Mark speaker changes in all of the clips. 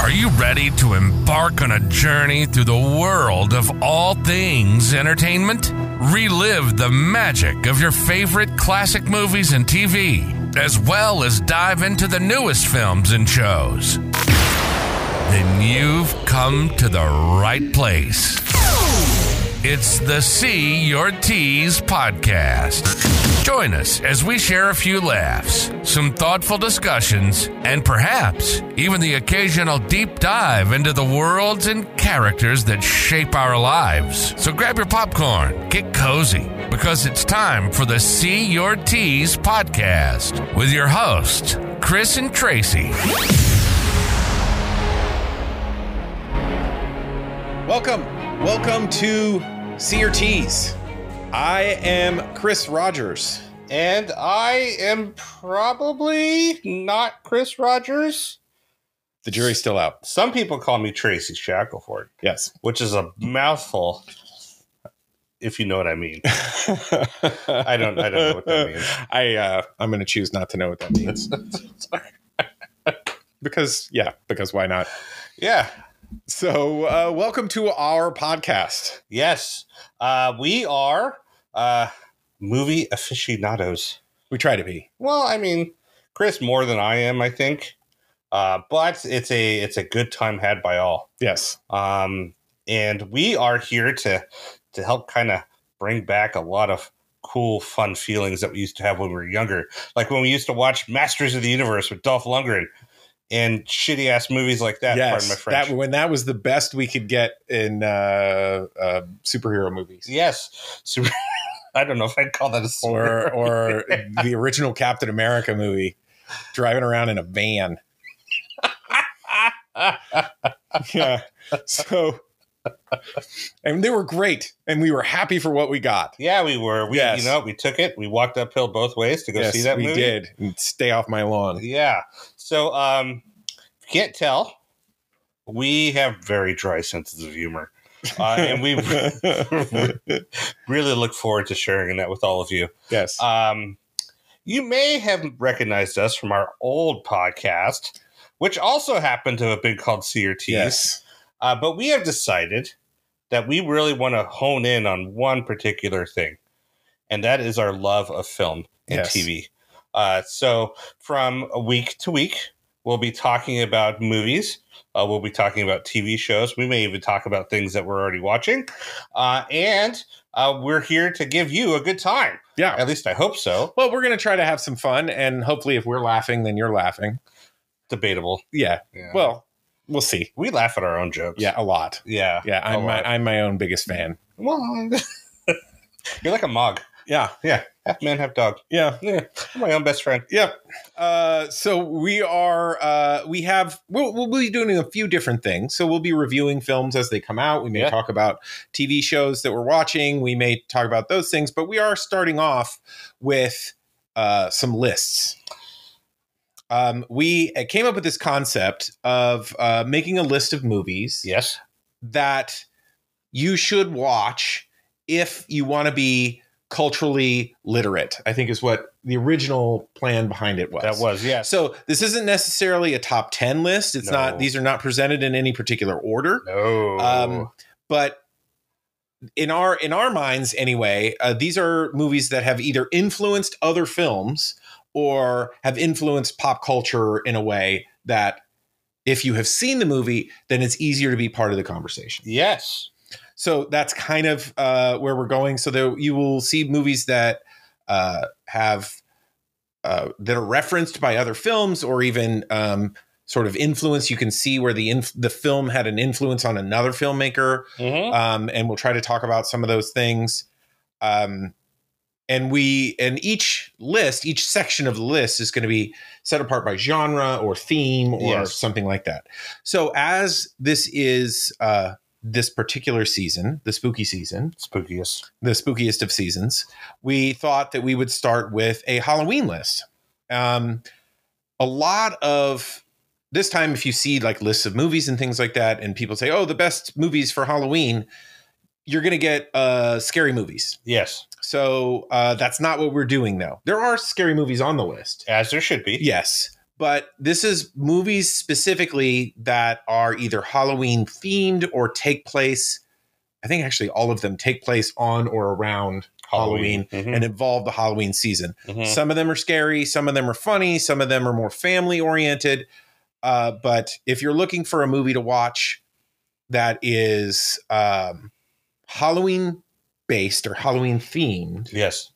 Speaker 1: Are you ready to embark on a journey through the world of all things entertainment? Relive the magic of your favorite classic movies and TV, as well as dive into the newest films and shows. Then you've come to the right place. It's the See Your Tees podcast. Join us as we share a few laughs, some thoughtful discussions, and perhaps even the occasional deep dive into the worlds and characters that shape our lives. So grab your popcorn, get cozy, because it's time for the See Your Tees podcast with your hosts, Chris and Tracy.
Speaker 2: Welcome, welcome to CRTs. I am Chris Rogers.
Speaker 3: And I am probably not Chris Rogers.
Speaker 2: The jury's still out.
Speaker 3: Some people call me Tracy Shackelford,
Speaker 2: Yes.
Speaker 3: which is a mouthful, if you know what I mean.
Speaker 2: I
Speaker 3: I don't, I don't know what that means.
Speaker 2: I uh, I'm gonna choose not to know what that means. because yeah, because why not?
Speaker 3: Yeah.
Speaker 2: So uh, welcome to our podcast.
Speaker 3: Yes. Uh, we are uh, movie aficionados.
Speaker 2: We try to be.
Speaker 3: Well, I mean, Chris more than I am, I think. Uh, but it's a it's a good time had by all.
Speaker 2: Yes.
Speaker 3: um, and we are here to to help kind of bring back a lot of cool, fun feelings that we used to have when we were younger, like when we used to watch Masters of the Universe with Dolph Lundgren and shitty ass movies like that. pardon my
Speaker 2: yes.
Speaker 3: French.
Speaker 2: That when that was the best we could get in uh, uh, superhero movies.
Speaker 3: yes, super. I don't know if I'd call that a slur.
Speaker 2: Or or the original Captain America movie, driving around in a van. yeah. So, and they were great, and we were happy for what we got.
Speaker 3: yeah, we were. We,
Speaker 2: Yes.
Speaker 3: you know, we took it. We walked uphill both ways to go see that
Speaker 2: we
Speaker 3: movie.
Speaker 2: did. And stay off my lawn.
Speaker 3: Yeah. So, um, if you can't tell, we have very dry senses of humor. Uh, and we really look forward to sharing that with all of you.
Speaker 2: yes,
Speaker 3: Um, you may have recognized us from our old podcast, which also happened to have been called CRTs.
Speaker 2: yes,
Speaker 3: Uh, but we have decided that we really want to hone in on one particular thing, and that is our love of film and
Speaker 2: Yes.
Speaker 3: TV. Uh, so from week to week, we'll be talking about movies. Uh, we'll be talking about TV shows. We may even talk about things that we're already watching. Uh, and uh, we're here to give you a good time.
Speaker 2: yeah.
Speaker 3: At least I hope so.
Speaker 2: well, we're gonna try to have some fun, and hopefully, if we're laughing, then you're laughing.
Speaker 3: Debatable.
Speaker 2: Yeah.
Speaker 3: Yeah.
Speaker 2: Well, we'll see.
Speaker 3: we laugh at our own jokes.
Speaker 2: Yeah, a lot.
Speaker 3: Yeah.
Speaker 2: Yeah, I'm
Speaker 3: A
Speaker 2: my
Speaker 3: lot.
Speaker 2: I'm my own biggest fan.
Speaker 3: Well, you're like a mog.
Speaker 2: Yeah,
Speaker 3: Half man, half dog.
Speaker 2: yeah.
Speaker 3: Yeah, I'm my own best friend.
Speaker 2: Yep. Uh, so we are uh, we have we'll, we'll be doing a few different things. So we'll be reviewing films as they come out. We may
Speaker 3: Yeah.
Speaker 2: talk about TV shows that we're watching. We may talk about those things, but we are starting off with uh, some lists. Um, we uh, came up with this concept of uh, making a list of movies
Speaker 3: Yes.
Speaker 2: that you should watch if you want to be culturally literate. I think is what the original plan behind it was.
Speaker 3: That was, yes.
Speaker 2: So this isn't necessarily a top 10 list. It's
Speaker 3: No.
Speaker 2: not these are not presented in any particular order.
Speaker 3: No.
Speaker 2: Um, But in our in our minds anyway, uh, these are movies that have either influenced other films or have influenced pop culture in a way that if you have seen the movie, then it's easier to be part of the conversation.
Speaker 3: yes.
Speaker 2: So that's kind of uh, where we're going. So there, you will see movies that uh, have uh, that are referenced by other films, or even um, sort of influence. You can see where the inf- the film had an influence on another filmmaker,
Speaker 3: Mm-hmm.
Speaker 2: um, and we'll try to talk about some of those things. Um, and we and each list, each section of the list is going to be set apart by genre or theme or
Speaker 3: Yes.
Speaker 2: something like that. So as this is uh, this particular season, the spooky season,
Speaker 3: Spookiest.
Speaker 2: the spookiest of seasons, we thought that we would start with a Halloween list. Um, a lot of this time, if you see like lists of movies and things like that, and people say, "Oh, the best movies for Halloween," you're gonna get uh, scary movies.
Speaker 3: Yes.
Speaker 2: So uh, that's not what we're doing, though. There are scary movies on the list,
Speaker 3: As there should be.
Speaker 2: yes, but this is movies specifically that are either Halloween themed or take place. I think actually all of them take place on or around Halloween,
Speaker 3: Mhm,
Speaker 2: and involve the Halloween season.
Speaker 3: mhm.
Speaker 2: Some of them are scary, some of them are funny, some of them are more family oriented. Uh, but if you're looking for a movie to watch that is um, Halloween based or Halloween themed,
Speaker 3: Yes,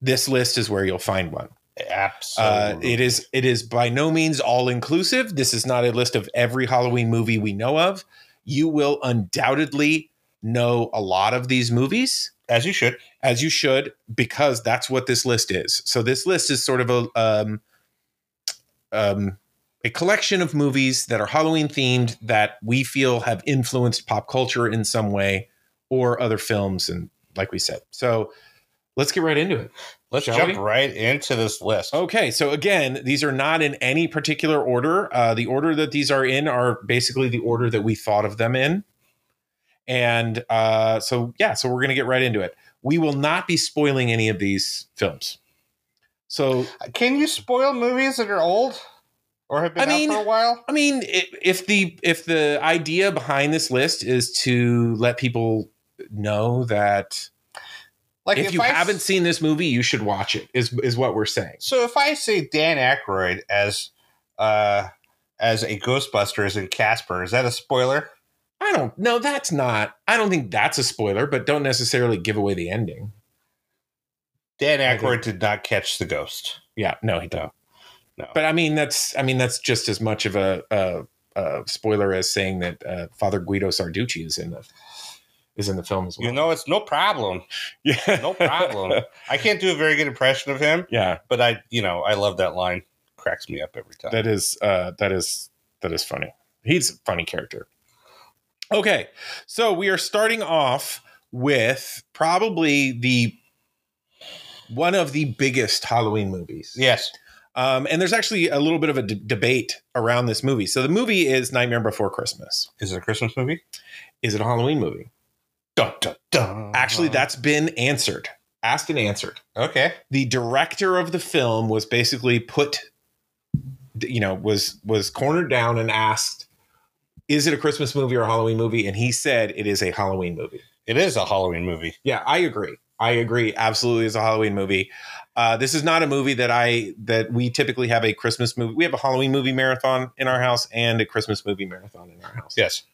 Speaker 2: this list is where you'll find one. Uh,
Speaker 3: absolutely.
Speaker 2: it is it is by no means all inclusive. This is not a list of every Halloween movie we know of. You will undoubtedly know a lot of these movies
Speaker 3: as you should.
Speaker 2: as you should because that's what this list is. So this list is sort of a um, um, a collection of movies that are Halloween themed that we feel have influenced pop culture in some way or other films and like we said. So let's get right into it.
Speaker 3: Let's
Speaker 2: Shall
Speaker 3: jump
Speaker 2: we? Oh.
Speaker 3: right into this list.
Speaker 2: Okay, so again, these are not in any particular order. Uh, the order that these are in are basically the order that we thought of them in. And uh, so, yeah, so we're going to get right into it. We will not be spoiling any of these films. So,
Speaker 3: Can you spoil movies that are old or have been
Speaker 2: I
Speaker 3: out
Speaker 2: mean-
Speaker 3: for a while?
Speaker 2: I mean, i- if the if the idea behind this list is to let people know that
Speaker 3: Like
Speaker 2: if, you
Speaker 3: I s-
Speaker 2: haven't seen this movie, you should watch it. Is is what we're saying?
Speaker 3: So if I say Dan Aykroyd as uh as a Ghostbusters in Casper, is that a spoiler?
Speaker 2: I don't. No, that's not. I don't think that's a spoiler, but don't necessarily give away the ending.
Speaker 3: Dan
Speaker 2: I think-
Speaker 3: Aykroyd did not catch the ghost.
Speaker 2: Yeah, no, he don't.
Speaker 3: No.
Speaker 2: But I mean, that's I mean, that's just as much of a, a, a spoiler as saying that uh, Father Guido Sarducci is in the is in the film as well.
Speaker 3: You know, it's no problem.
Speaker 2: yeah,
Speaker 3: No problem. I can't do a very good impression of him,
Speaker 2: yeah,
Speaker 3: but I, you know, I love that line. Cracks me up every time.
Speaker 2: that is uh, that is that is funny. He's a funny character. Okay, so we are starting off with probably the one of the biggest Halloween movies.
Speaker 3: yes.
Speaker 2: Um, and there's actually a little bit of a d- debate around this movie. So the movie is Nightmare Before Christmas.
Speaker 3: Is it a Christmas movie?
Speaker 2: Is it a Halloween movie?
Speaker 3: Dun, dun, dun.
Speaker 2: Uh, Actually, that's been answered, asked and answered. Uh,
Speaker 3: okay.
Speaker 2: The director of the film was basically put, you know, was was cornered down and asked, "Is it a Christmas movie or a Halloween movie?" And he said, "It is a Halloween movie."
Speaker 3: It is a Halloween movie.
Speaker 2: Yeah, I agree. I agree. Absolutely, is a Halloween movie. Uh, this is not a movie that I that we typically have a Christmas movie. We have a Halloween movie marathon in our house and a Christmas movie marathon in our house.
Speaker 3: Yes.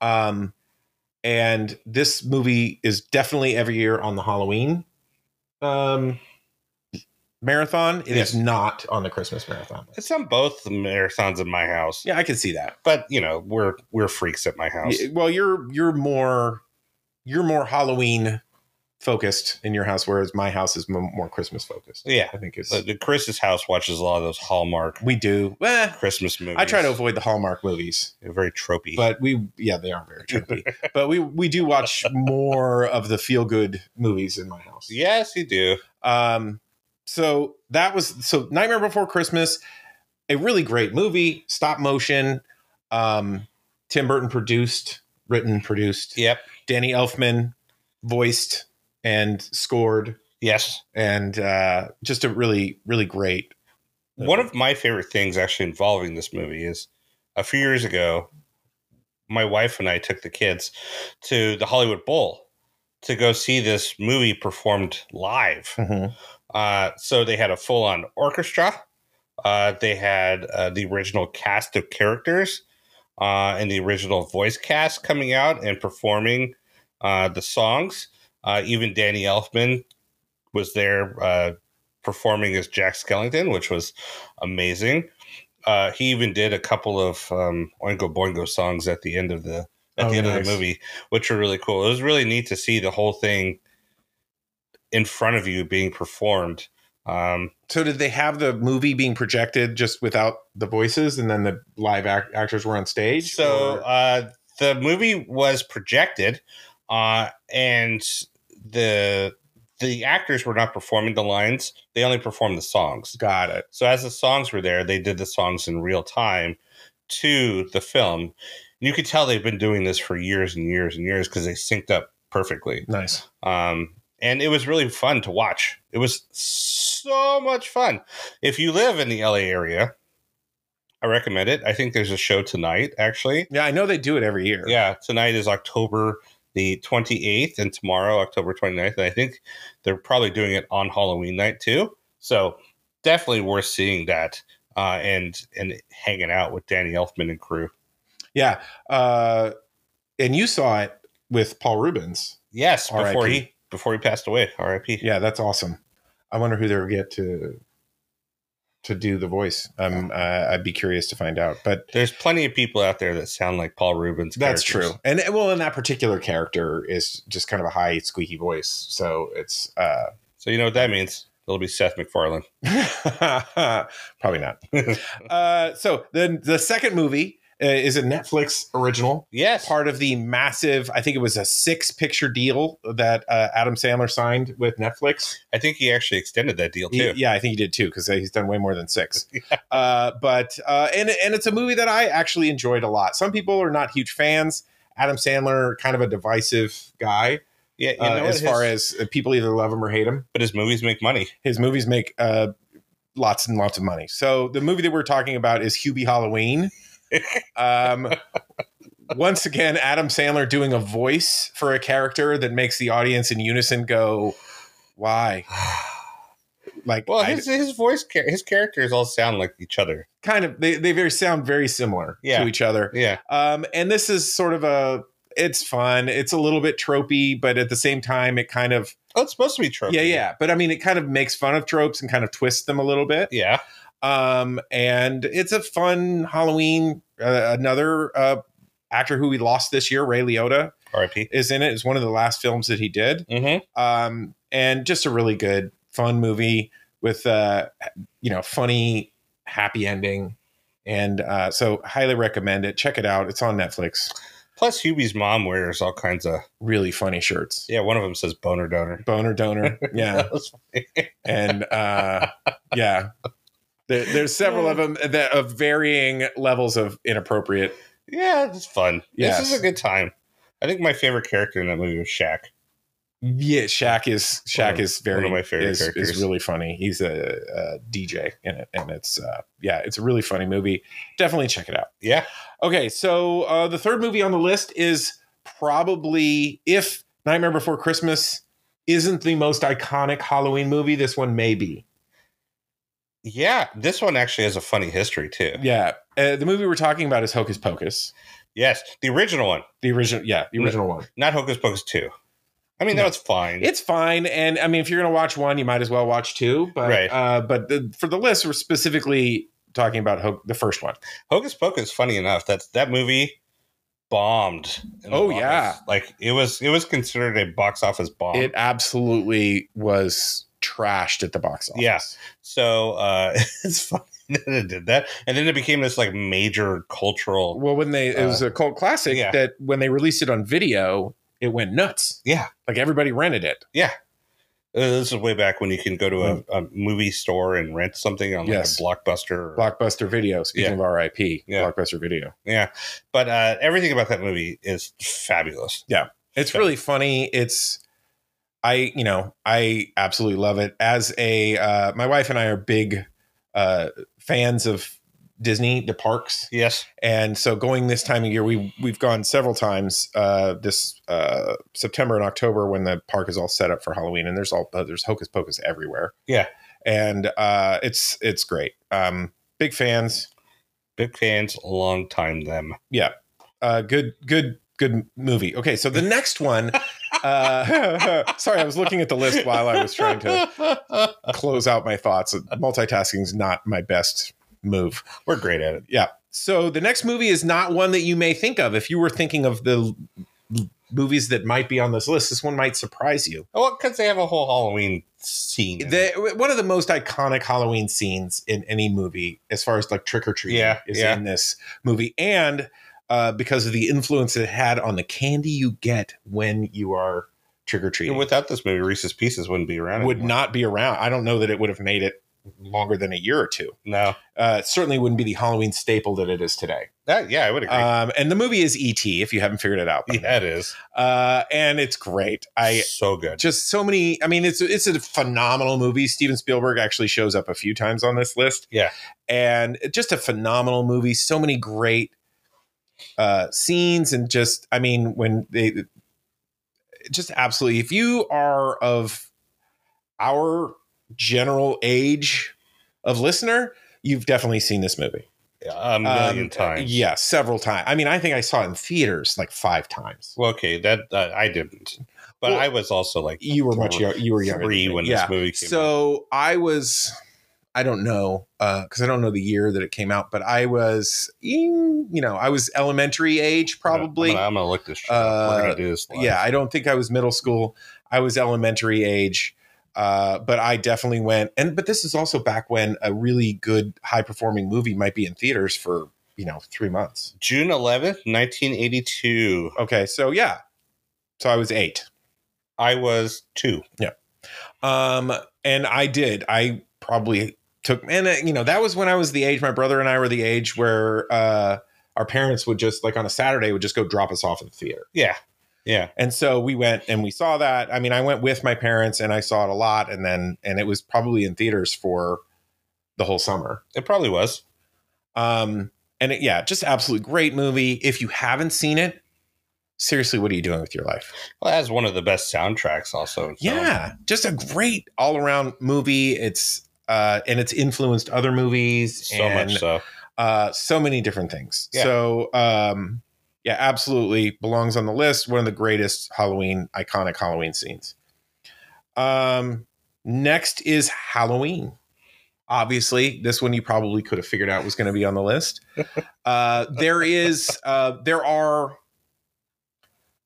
Speaker 2: Um, and this movie is definitely every year on the Halloween um, marathon. It is
Speaker 3: Yes.
Speaker 2: not on the Christmas marathon.
Speaker 3: It's on both the marathons in my house.
Speaker 2: Yeah, I can see that.
Speaker 3: But you know, we're we're freaks at my house.
Speaker 2: Y- Well, you're you're more you're more Halloween focused in your house, whereas my house is m- more Christmas focused.
Speaker 3: Yeah.
Speaker 2: I think it's
Speaker 3: The- the Chris's house watches a lot of those Hallmark
Speaker 2: we do. Well,
Speaker 3: Christmas movies.
Speaker 2: I try to avoid the Hallmark movies,
Speaker 3: They're very tropey.
Speaker 2: but we yeah they aren't very trippy. but we we do watch more of the feel good movies in my house.
Speaker 3: yes, you do.
Speaker 2: Um, so that was so Nightmare Before Christmas, a really great movie, stop motion. Um, Tim Burton produced, written, produced.
Speaker 3: Yep.
Speaker 2: Danny Elfman voiced and scored,
Speaker 3: Yes.
Speaker 2: and uh, just a really really great.
Speaker 3: One of my favorite things actually involving this movie is a few years ago, my wife and I took the kids to the Hollywood Bowl to go see this movie performed live.
Speaker 2: Mhm.
Speaker 3: Uh, so they had a full on orchestra. Uh, they had uh, the original cast of characters uh, and the original voice cast coming out and performing uh, the songs. Uh, even Danny Elfman was there uh, performing as Jack Skellington, which was amazing. Uh, he even did a couple of um, Oingo Boingo songs at the end of the at
Speaker 2: Oh,
Speaker 3: the end of
Speaker 2: nice.
Speaker 3: the movie, which were really cool. It was really neat to see the whole thing in front of you being performed. Um,
Speaker 2: So did they have the movie being projected just without the voices, and then the live act- actors were on stage?
Speaker 3: So
Speaker 2: Or-
Speaker 3: uh, the movie was projected, uh, and the the actors were not performing the lines; they only performed the songs.
Speaker 2: got it.
Speaker 3: So as the songs were there, they did the songs in real time to the film. You could tell they've been doing this for years and years and years because they synced up perfectly.
Speaker 2: Nice.
Speaker 3: Um, and it was really fun to watch. It was so much fun. If you live in the LA area, I recommend it. I think there's a show tonight, actually.
Speaker 2: Yeah, I know they do it every year.
Speaker 3: Yeah, tonight is October the 28th and tomorrow, October 29th. And I think they're probably doing it on Halloween night too. So definitely worth seeing that uh, and and hanging out with Danny Elfman and crew.
Speaker 2: Yeah. Uh, and you saw it with Paul Rubens.
Speaker 3: Yes, before
Speaker 2: R.I.P..
Speaker 3: he before he passed away. R.I.P.
Speaker 2: Yeah, that's awesome. I wonder who they'll get to to do the voice. Um, uh, I'd be curious to find out. But
Speaker 3: There's plenty of people out there that sound like Paul Rubens.
Speaker 2: That's
Speaker 3: characters.
Speaker 2: true. And well, and that particular character is just kind of a high, squeaky voice. So it's uh
Speaker 3: So you know what that means? It'll be Seth MacFarlane.
Speaker 2: probably not. uh so then the second movie uh, is a Netflix original,
Speaker 3: Yes.
Speaker 2: part of the massive, I think it was a six picture deal that uh, Adam Sandler signed with Netflix.
Speaker 3: I think he actually extended that deal
Speaker 2: He-
Speaker 3: too.
Speaker 2: yeah, I think he did too because he's done way more than six. uh, but uh, and and it's a movie that I actually enjoyed a lot. Some people are not huge fans. Adam Sandler, kind of a divisive guy
Speaker 3: Yeah, you
Speaker 2: uh,
Speaker 3: know,
Speaker 2: as far
Speaker 3: his-
Speaker 2: as uh, people either love him or hate him.
Speaker 3: but his movies make money.
Speaker 2: His movies make uh, lots and lots of money. So the movie that we're talking about is Hubie Halloween. um, once again, Adam Sandler doing a voice for a character that makes the audience in unison go, "Why?" Like,
Speaker 3: Well,
Speaker 2: I-
Speaker 3: his, his voice, cha- his characters all sound like each other.
Speaker 2: kind of they, they very sound very similar
Speaker 3: Yeah.
Speaker 2: to each other
Speaker 3: Yeah,
Speaker 2: um and this is sort of a it's fun it's a little bit tropey but at the same time it kind of
Speaker 3: oh, it's supposed to be true.
Speaker 2: yeah yeah but i mean it kind of makes fun of tropes and kind of twists them a little bit
Speaker 3: yeah.
Speaker 2: um and it's a fun halloween uh, another uh actor who we lost this year ray liotta
Speaker 3: R.I.P.
Speaker 2: is in it it's one of the last films that he did
Speaker 3: Mm-hmm.
Speaker 2: um, and just a really good, fun movie with uh, you know funny, happy ending, and uh, so highly recommend it. Check it out. It's on Netflix.
Speaker 3: Plus, Hubie's mom wears all kinds of.
Speaker 2: Really funny shirts.
Speaker 3: Yeah, one of them says boner donor.
Speaker 2: Boner donor, yeah,
Speaker 3: That was-
Speaker 2: and uh, yeah. There, there's several of them that of varying levels of inappropriate.
Speaker 3: yeah, it's fun.
Speaker 2: Yes.
Speaker 3: This is a good time. I think my favorite character in that movie was Shaq.
Speaker 2: Yeah, Shaq is
Speaker 3: One
Speaker 2: Shaq
Speaker 3: of-
Speaker 2: is very
Speaker 3: one of my favorite
Speaker 2: is, is
Speaker 3: characters.
Speaker 2: really funny. He's a, a DJ in it, and it's uh, yeah, it's a really funny movie. Definitely check it out.
Speaker 3: Yeah,
Speaker 2: Okay, so uh, the third movie on the list is probably if Nightmare Before Christmas isn't the most iconic Halloween movie, this one may be.
Speaker 3: yeah. This one actually has a funny history too.
Speaker 2: Yeah, uh, the movie we're talking about is Hocus Pocus,
Speaker 3: Yes, the original one,
Speaker 2: the original. Yeah, the original one.
Speaker 3: not Hocus Pocus two. I mean,
Speaker 2: No.
Speaker 3: that was fine.
Speaker 2: It's fine, and I mean, if you're gonna watch one, you might as well watch two. But
Speaker 3: Right.
Speaker 2: uh, but the, for the list, we're specifically talking about Hoc the first one.
Speaker 3: Hocus Pocus, funny enough, that's that movie bombed. in the
Speaker 2: Oh,
Speaker 3: box.
Speaker 2: yeah.
Speaker 3: like it was it was considered a box office bomb.
Speaker 2: It absolutely was trashed at the box office.
Speaker 3: Yeah. so uh, it's funny that it did that, and then it became this like major cultural.
Speaker 2: Well, when they it was a cult classic
Speaker 3: Uh, yeah.
Speaker 2: that when they released it on video, it went nuts.
Speaker 3: Yeah.
Speaker 2: like everybody rented it.
Speaker 3: uh, This is way back when you can go to a, a movie store and rent something on like
Speaker 2: Mm. Yes.
Speaker 3: a blockbuster. or-
Speaker 2: Blockbuster Video. Speaking
Speaker 3: Yeah.
Speaker 2: of R.I.P.
Speaker 3: Yeah.
Speaker 2: Blockbuster Video.
Speaker 3: yeah, but uh, everything about that movie is fabulous.
Speaker 2: It's
Speaker 3: Yeah.
Speaker 2: really funny. It's I you know I absolutely love it. As a uh, my wife and I are big uh, fans of Disney, the parks.
Speaker 3: Yes,
Speaker 2: and so going this time of year we we've gone several times uh this uh september and october when the park is all set up for halloween and there's all uh, there's hocus pocus everywhere
Speaker 3: Yeah.
Speaker 2: and uh it's it's great um big fans
Speaker 3: big fans, long time them.
Speaker 2: uh good good good movie okay so the next one uh sorry i was looking at the list while i was trying to close out my thoughts multitasking's not my best move
Speaker 3: We're great at it.
Speaker 2: So the next movie is not one that you may think of. If you were thinking of the l- movies that might be on this list, this one might surprise you.
Speaker 3: Well, because they have a whole Halloween scene. in it.
Speaker 2: The, one of the most iconic Halloween scenes in any movie, as far as like trick or treating,
Speaker 3: Yeah,
Speaker 2: is
Speaker 3: yeah.
Speaker 2: in this movie, and uh, because of the influence it had on the candy you get when you are trick or
Speaker 3: And
Speaker 2: treating,
Speaker 3: without this movie, Reese's Pieces wouldn't be around.
Speaker 2: would
Speaker 3: anymore.
Speaker 2: not be around. I don't know that it would have made it longer than a year or two.
Speaker 3: No.
Speaker 2: Uh, it certainly wouldn't be the Halloween staple that it is today.
Speaker 3: That, yeah, I would agree.
Speaker 2: Um, and the movie is E.T. If you haven't figured it out, by now.
Speaker 3: yeah, it is.
Speaker 2: uh, and it's great. I
Speaker 3: so good.
Speaker 2: just so many. I mean, it's it's a phenomenal movie. Steven Spielberg actually shows up a few times on this list.
Speaker 3: Yeah.
Speaker 2: and it's just a phenomenal movie. So many great uh, scenes, and just I mean, when they just absolutely. If you are of our general age of listener, you've definitely seen this movie
Speaker 3: A million
Speaker 2: Um,
Speaker 3: times.
Speaker 2: Yeah, several times. I mean, I think I saw it in theaters like five times.
Speaker 3: Well, okay, that uh, I didn't, but
Speaker 2: Well,
Speaker 3: I was also like
Speaker 2: You were much
Speaker 3: Four,
Speaker 2: younger. You were younger. than
Speaker 3: three
Speaker 2: me.
Speaker 3: when
Speaker 2: Yeah.
Speaker 3: this movie came. out.
Speaker 2: so I was, I don't know, because I don't know the year that it came out, but I was, in, you know, I was elementary age
Speaker 3: I'm gonna-
Speaker 2: probably.
Speaker 3: I'm gonna, I'm gonna look this. Shit up. We're
Speaker 2: Uh,
Speaker 3: gonna do this. live.
Speaker 2: yeah, I don't think I was middle school. I was elementary age, uh, but I definitely went. And but this is also back when a really good, high performing movie might be in theaters for you know three months.
Speaker 3: June 11th, 1982.
Speaker 2: Okay, so yeah, so I was eight.
Speaker 3: I was two.
Speaker 2: Um, and I did. I probably took, and uh, you know, that was when I was the age. My brother and I were the age where uh, our parents would just like on a Saturday would just go drop us off at the theater,
Speaker 3: Yeah, yeah.
Speaker 2: and so we went and we saw that. I mean, I went with my parents and I saw it a lot, and then and it was probably in theaters for the whole summer.
Speaker 3: It probably was.
Speaker 2: Um, and it, yeah, just absolutely great movie. If you haven't seen it, seriously, what are you doing with your life?
Speaker 3: Well, it has one of the best soundtracks. Also, so-
Speaker 2: yeah just a great all-around movie it's uh and it's influenced other movies
Speaker 3: so
Speaker 2: and,
Speaker 3: much so.
Speaker 2: uh so many different things
Speaker 3: Yeah.
Speaker 2: so um yeah absolutely belongs on the list one of the greatest halloween iconic halloween scenes um next is halloween obviously this one you probably could have figured out was going to be on the list uh there is uh there are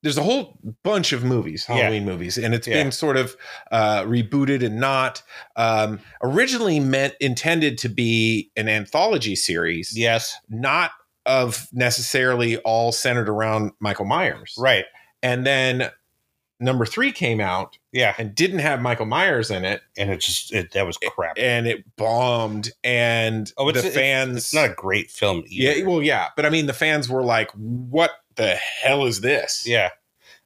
Speaker 2: there's a whole bunch of movies
Speaker 3: Yeah.
Speaker 2: halloween movies and it's
Speaker 3: Yeah.
Speaker 2: been sort of uh rebooted and not um originally meant intended to be an anthology series
Speaker 3: Yes,
Speaker 2: not of necessarily all centered around michael myers
Speaker 3: right.
Speaker 2: and then number three came out
Speaker 3: Yeah,
Speaker 2: and didn't have michael myers in it
Speaker 3: and it just it, that was crap.
Speaker 2: and it bombed and
Speaker 3: Oh, it's-
Speaker 2: the
Speaker 3: it's-
Speaker 2: fans
Speaker 3: it's not a great film. Either.
Speaker 2: yeah well yeah but i mean the fans were like what the hell is this
Speaker 3: yeah.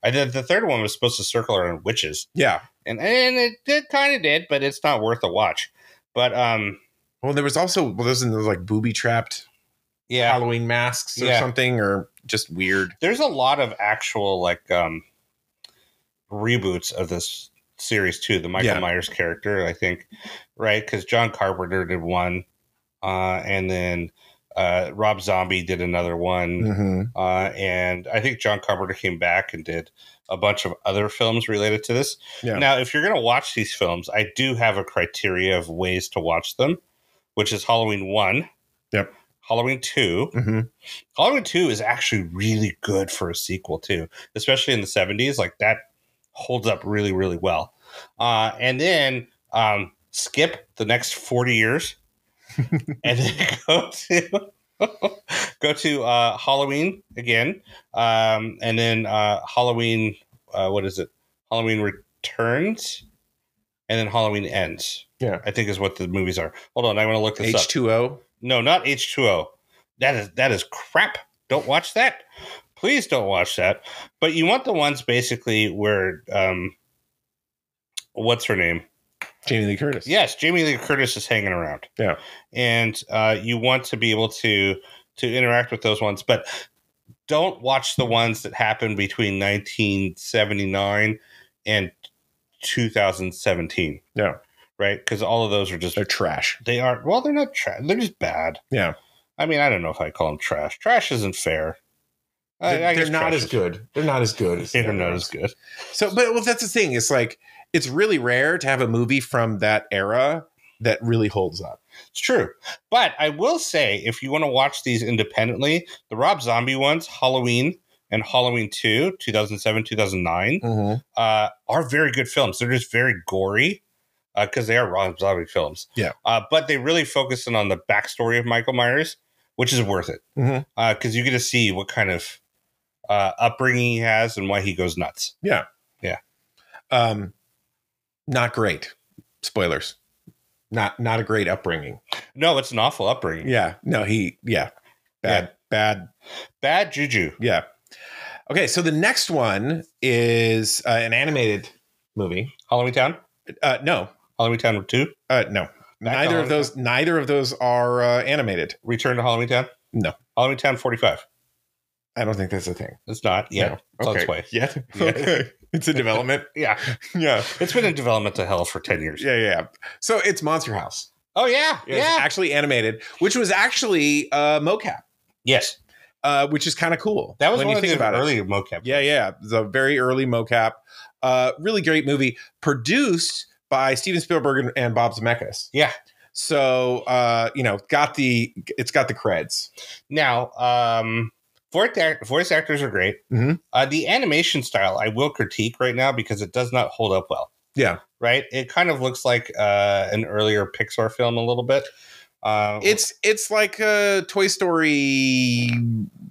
Speaker 3: I did, the third one was supposed to circle around witches,
Speaker 2: yeah
Speaker 3: and and it, it kind of did, but it's not worth a watch. But um,
Speaker 2: well there was also well there's those like booby trapped
Speaker 3: yeah,
Speaker 2: halloween masks or
Speaker 3: Yeah.
Speaker 2: something or just weird
Speaker 3: there's a lot of actual like um reboots of this series too the michael
Speaker 2: Yeah.
Speaker 3: myers character i think right because john carpenter did one uh and then uh rob zombie did another one
Speaker 2: mm-hmm.
Speaker 3: uh and i think john carpenter came back and did a bunch of other films related to this
Speaker 2: Yeah.
Speaker 3: now if you're gonna watch these films i do have a criteria of ways to watch them which is halloween one
Speaker 2: Yep.
Speaker 3: halloween two
Speaker 2: Mm-hmm.
Speaker 3: Halloween 2 is actually really good for a sequel, too, especially in the 70s. Like that holds up really, really well. Uh, and then um, skip the next 40 years and then go to. go to uh, Halloween again, um, and then uh, Halloween. Uh, what is it? Halloween returns, and then Halloween ends.
Speaker 2: Yeah.
Speaker 3: I think is what the movies are. Hold on, I want to look this up.
Speaker 2: h2o
Speaker 3: No, not H two O. That is that is crap. Don't watch that. Please don't watch that. But you want the ones basically where um, what's her name?
Speaker 2: jamie lee curtis
Speaker 3: Yes, Jamie Lee Curtis is hanging around.
Speaker 2: Yeah.
Speaker 3: and uh, you want to be able to to interact with those ones, but don't watch the ones that happened between 1979 and 2017.
Speaker 2: Yeah.
Speaker 3: right. Because all of those are just
Speaker 2: they're trash
Speaker 3: they are well, they're not trash. They're just bad.
Speaker 2: Yeah.
Speaker 3: I mean, I don't know if I call them trash. Trash isn't fair. I-
Speaker 2: they're,
Speaker 3: I
Speaker 2: they're
Speaker 3: guess
Speaker 2: not
Speaker 3: trash
Speaker 2: as
Speaker 3: is-
Speaker 2: good they're not as good as
Speaker 3: They're not as good.
Speaker 2: So, but well, that's the thing. It's like it's really rare to have a movie from that era that really holds up.
Speaker 3: It's true. But I will say, if you want to watch these independently, the Rob Zombie ones, Halloween and Halloween 2, 2007, 2009, uh, are very good films. They're just very gory because they are Rob Zombie films.
Speaker 2: Yeah.
Speaker 3: Uh, but they really focus in on the backstory of Michael Myers, which is worth it.
Speaker 2: Mhm.
Speaker 3: uh, because you get to see what kind of uh, upbringing he has and why he goes nuts.
Speaker 2: Um, not great. Spoilers. Not not a great upbringing.
Speaker 3: No, it's an awful upbringing.
Speaker 2: Yeah. No, he yeah. Bad bad
Speaker 3: Bad juju.
Speaker 2: yeah. Okay, so the next one is uh, an animated movie.
Speaker 3: Halloween Town.
Speaker 2: Uh no.
Speaker 3: Halloween Town Two.
Speaker 2: Uh no.
Speaker 3: Back
Speaker 2: neither
Speaker 3: on.
Speaker 2: of those neither of those are uh, animated.
Speaker 3: Return to Halloween Town.
Speaker 2: No.
Speaker 3: Halloween Town Forty Five.
Speaker 2: I don't think that's a thing.
Speaker 3: It's not. Yeah. It's on its way.
Speaker 2: Yeah.
Speaker 3: Yeah.
Speaker 2: Okay. It's a development.
Speaker 3: Yeah.
Speaker 2: yeah.
Speaker 3: It's been in development to hell for ten years.
Speaker 2: Yeah, yeah, yeah. So it's Monster House.
Speaker 3: Oh yeah.
Speaker 2: It was actually animated, which was actually uh, mocap,
Speaker 3: Yes.
Speaker 2: uh, which is kind of cool.
Speaker 3: That was
Speaker 2: when
Speaker 3: one
Speaker 2: you
Speaker 3: of the
Speaker 2: think
Speaker 3: things
Speaker 2: about it.
Speaker 3: early mocap.
Speaker 2: Yeah, yeah. The very early mocap. Uh, really great movie produced by Steven Spielberg and, and Bob Zemeckis.
Speaker 3: Yeah.
Speaker 2: So uh, you know, got the it's got the creds.
Speaker 3: Now, um, voice, act- voice actors are great.
Speaker 2: Mhm.
Speaker 3: Uh, the animation style I will critique right now because it does not hold up well.
Speaker 2: Yeah.
Speaker 3: Right? It kind of looks like uh, an earlier Pixar film a little bit. Uh,
Speaker 2: It's it's like uh, Toy Story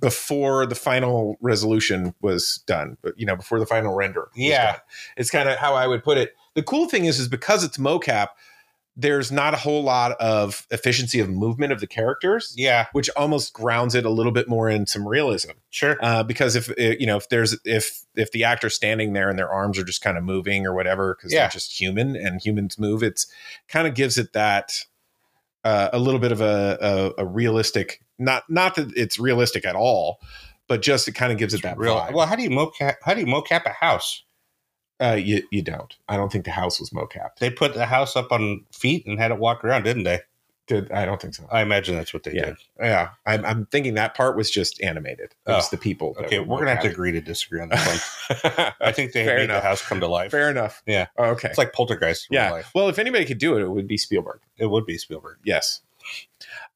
Speaker 2: before the final resolution was done, but you know, before the final render. was
Speaker 3: Yeah.
Speaker 2: done. It's kind of how I would put it. The cool thing is is because it's mocap, there's not a whole lot of efficiency of movement of the characters,
Speaker 3: yeah,
Speaker 2: which almost grounds it a little bit more in some realism.
Speaker 3: sure.
Speaker 2: uh, because if uh, you know if there's if if the actor's standing there and their arms are just kind of moving or whatever because
Speaker 3: Yeah.
Speaker 2: they're just human and humans move it's kind of gives it that uh, a little bit of a, a a realistic not not that it's realistic at all but just it kind of gives it that
Speaker 3: Real.
Speaker 2: vibe.
Speaker 3: Well, how do you mocap? How do you mocap a house?
Speaker 2: uh, you you don't I don't think the house was mocapped
Speaker 3: They put the house up on feet and had it walk around, didn't they?
Speaker 2: Did, I don't think so
Speaker 3: I imagine that's what they
Speaker 2: Yeah.
Speaker 3: did.
Speaker 2: yeah I'm, I'm thinking that part was just animated it was
Speaker 3: Oh.
Speaker 2: the people that
Speaker 3: Okay,
Speaker 2: were
Speaker 3: we're gonna have to agree to disagree on this one. I think they
Speaker 2: Fair
Speaker 3: made
Speaker 2: enough.
Speaker 3: the house come to life.
Speaker 2: fair enough
Speaker 3: Yeah.
Speaker 2: oh, okay
Speaker 3: It's like Poltergeist. in real
Speaker 2: yeah
Speaker 3: life.
Speaker 2: well if anybody could do it it would be Spielberg
Speaker 3: it would be Spielberg. Mm-hmm.
Speaker 2: Yes.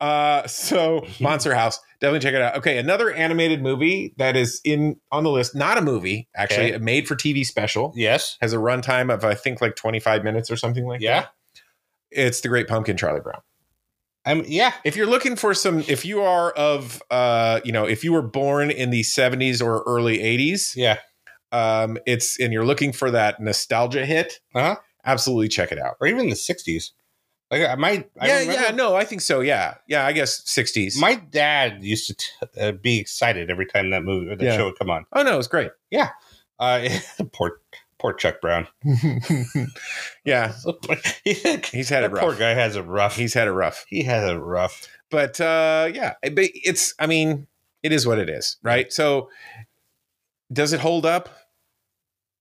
Speaker 2: Uh, so Monster House, definitely check it out. Okay, another animated movie that is in on the list, not a movie, actually,
Speaker 3: Okay.
Speaker 2: a made for TV special,
Speaker 3: Yes.
Speaker 2: has a runtime of I think like 25 minutes or something like
Speaker 3: Yeah.
Speaker 2: that. It's The Great Pumpkin, Charlie Brown.
Speaker 3: I'm. Yeah.
Speaker 2: If you're looking for some, if you are of, uh, you know, if you were born in the 70s or early 80s,
Speaker 3: Yeah.
Speaker 2: um, it's and you're looking for that nostalgia hit,
Speaker 3: Uh-huh.
Speaker 2: absolutely check it out.
Speaker 3: or even the 60s. Like I my I
Speaker 2: yeah,
Speaker 3: remember
Speaker 2: yeah, no, I think so. Yeah, yeah, I guess 60s.
Speaker 3: my dad used to t- uh, be excited every time that movie or that
Speaker 2: Yeah.
Speaker 3: show would come on.
Speaker 2: oh no, it's great.
Speaker 3: Uh, poor poor Chuck Brown.
Speaker 2: yeah,
Speaker 3: that
Speaker 2: he's had it
Speaker 3: poor
Speaker 2: rough.
Speaker 3: guy has it rough. He's
Speaker 2: He's had it rough.
Speaker 3: he has it rough.
Speaker 2: But uh, yeah, but it's. I mean, it is what it is, right? So, does it hold up?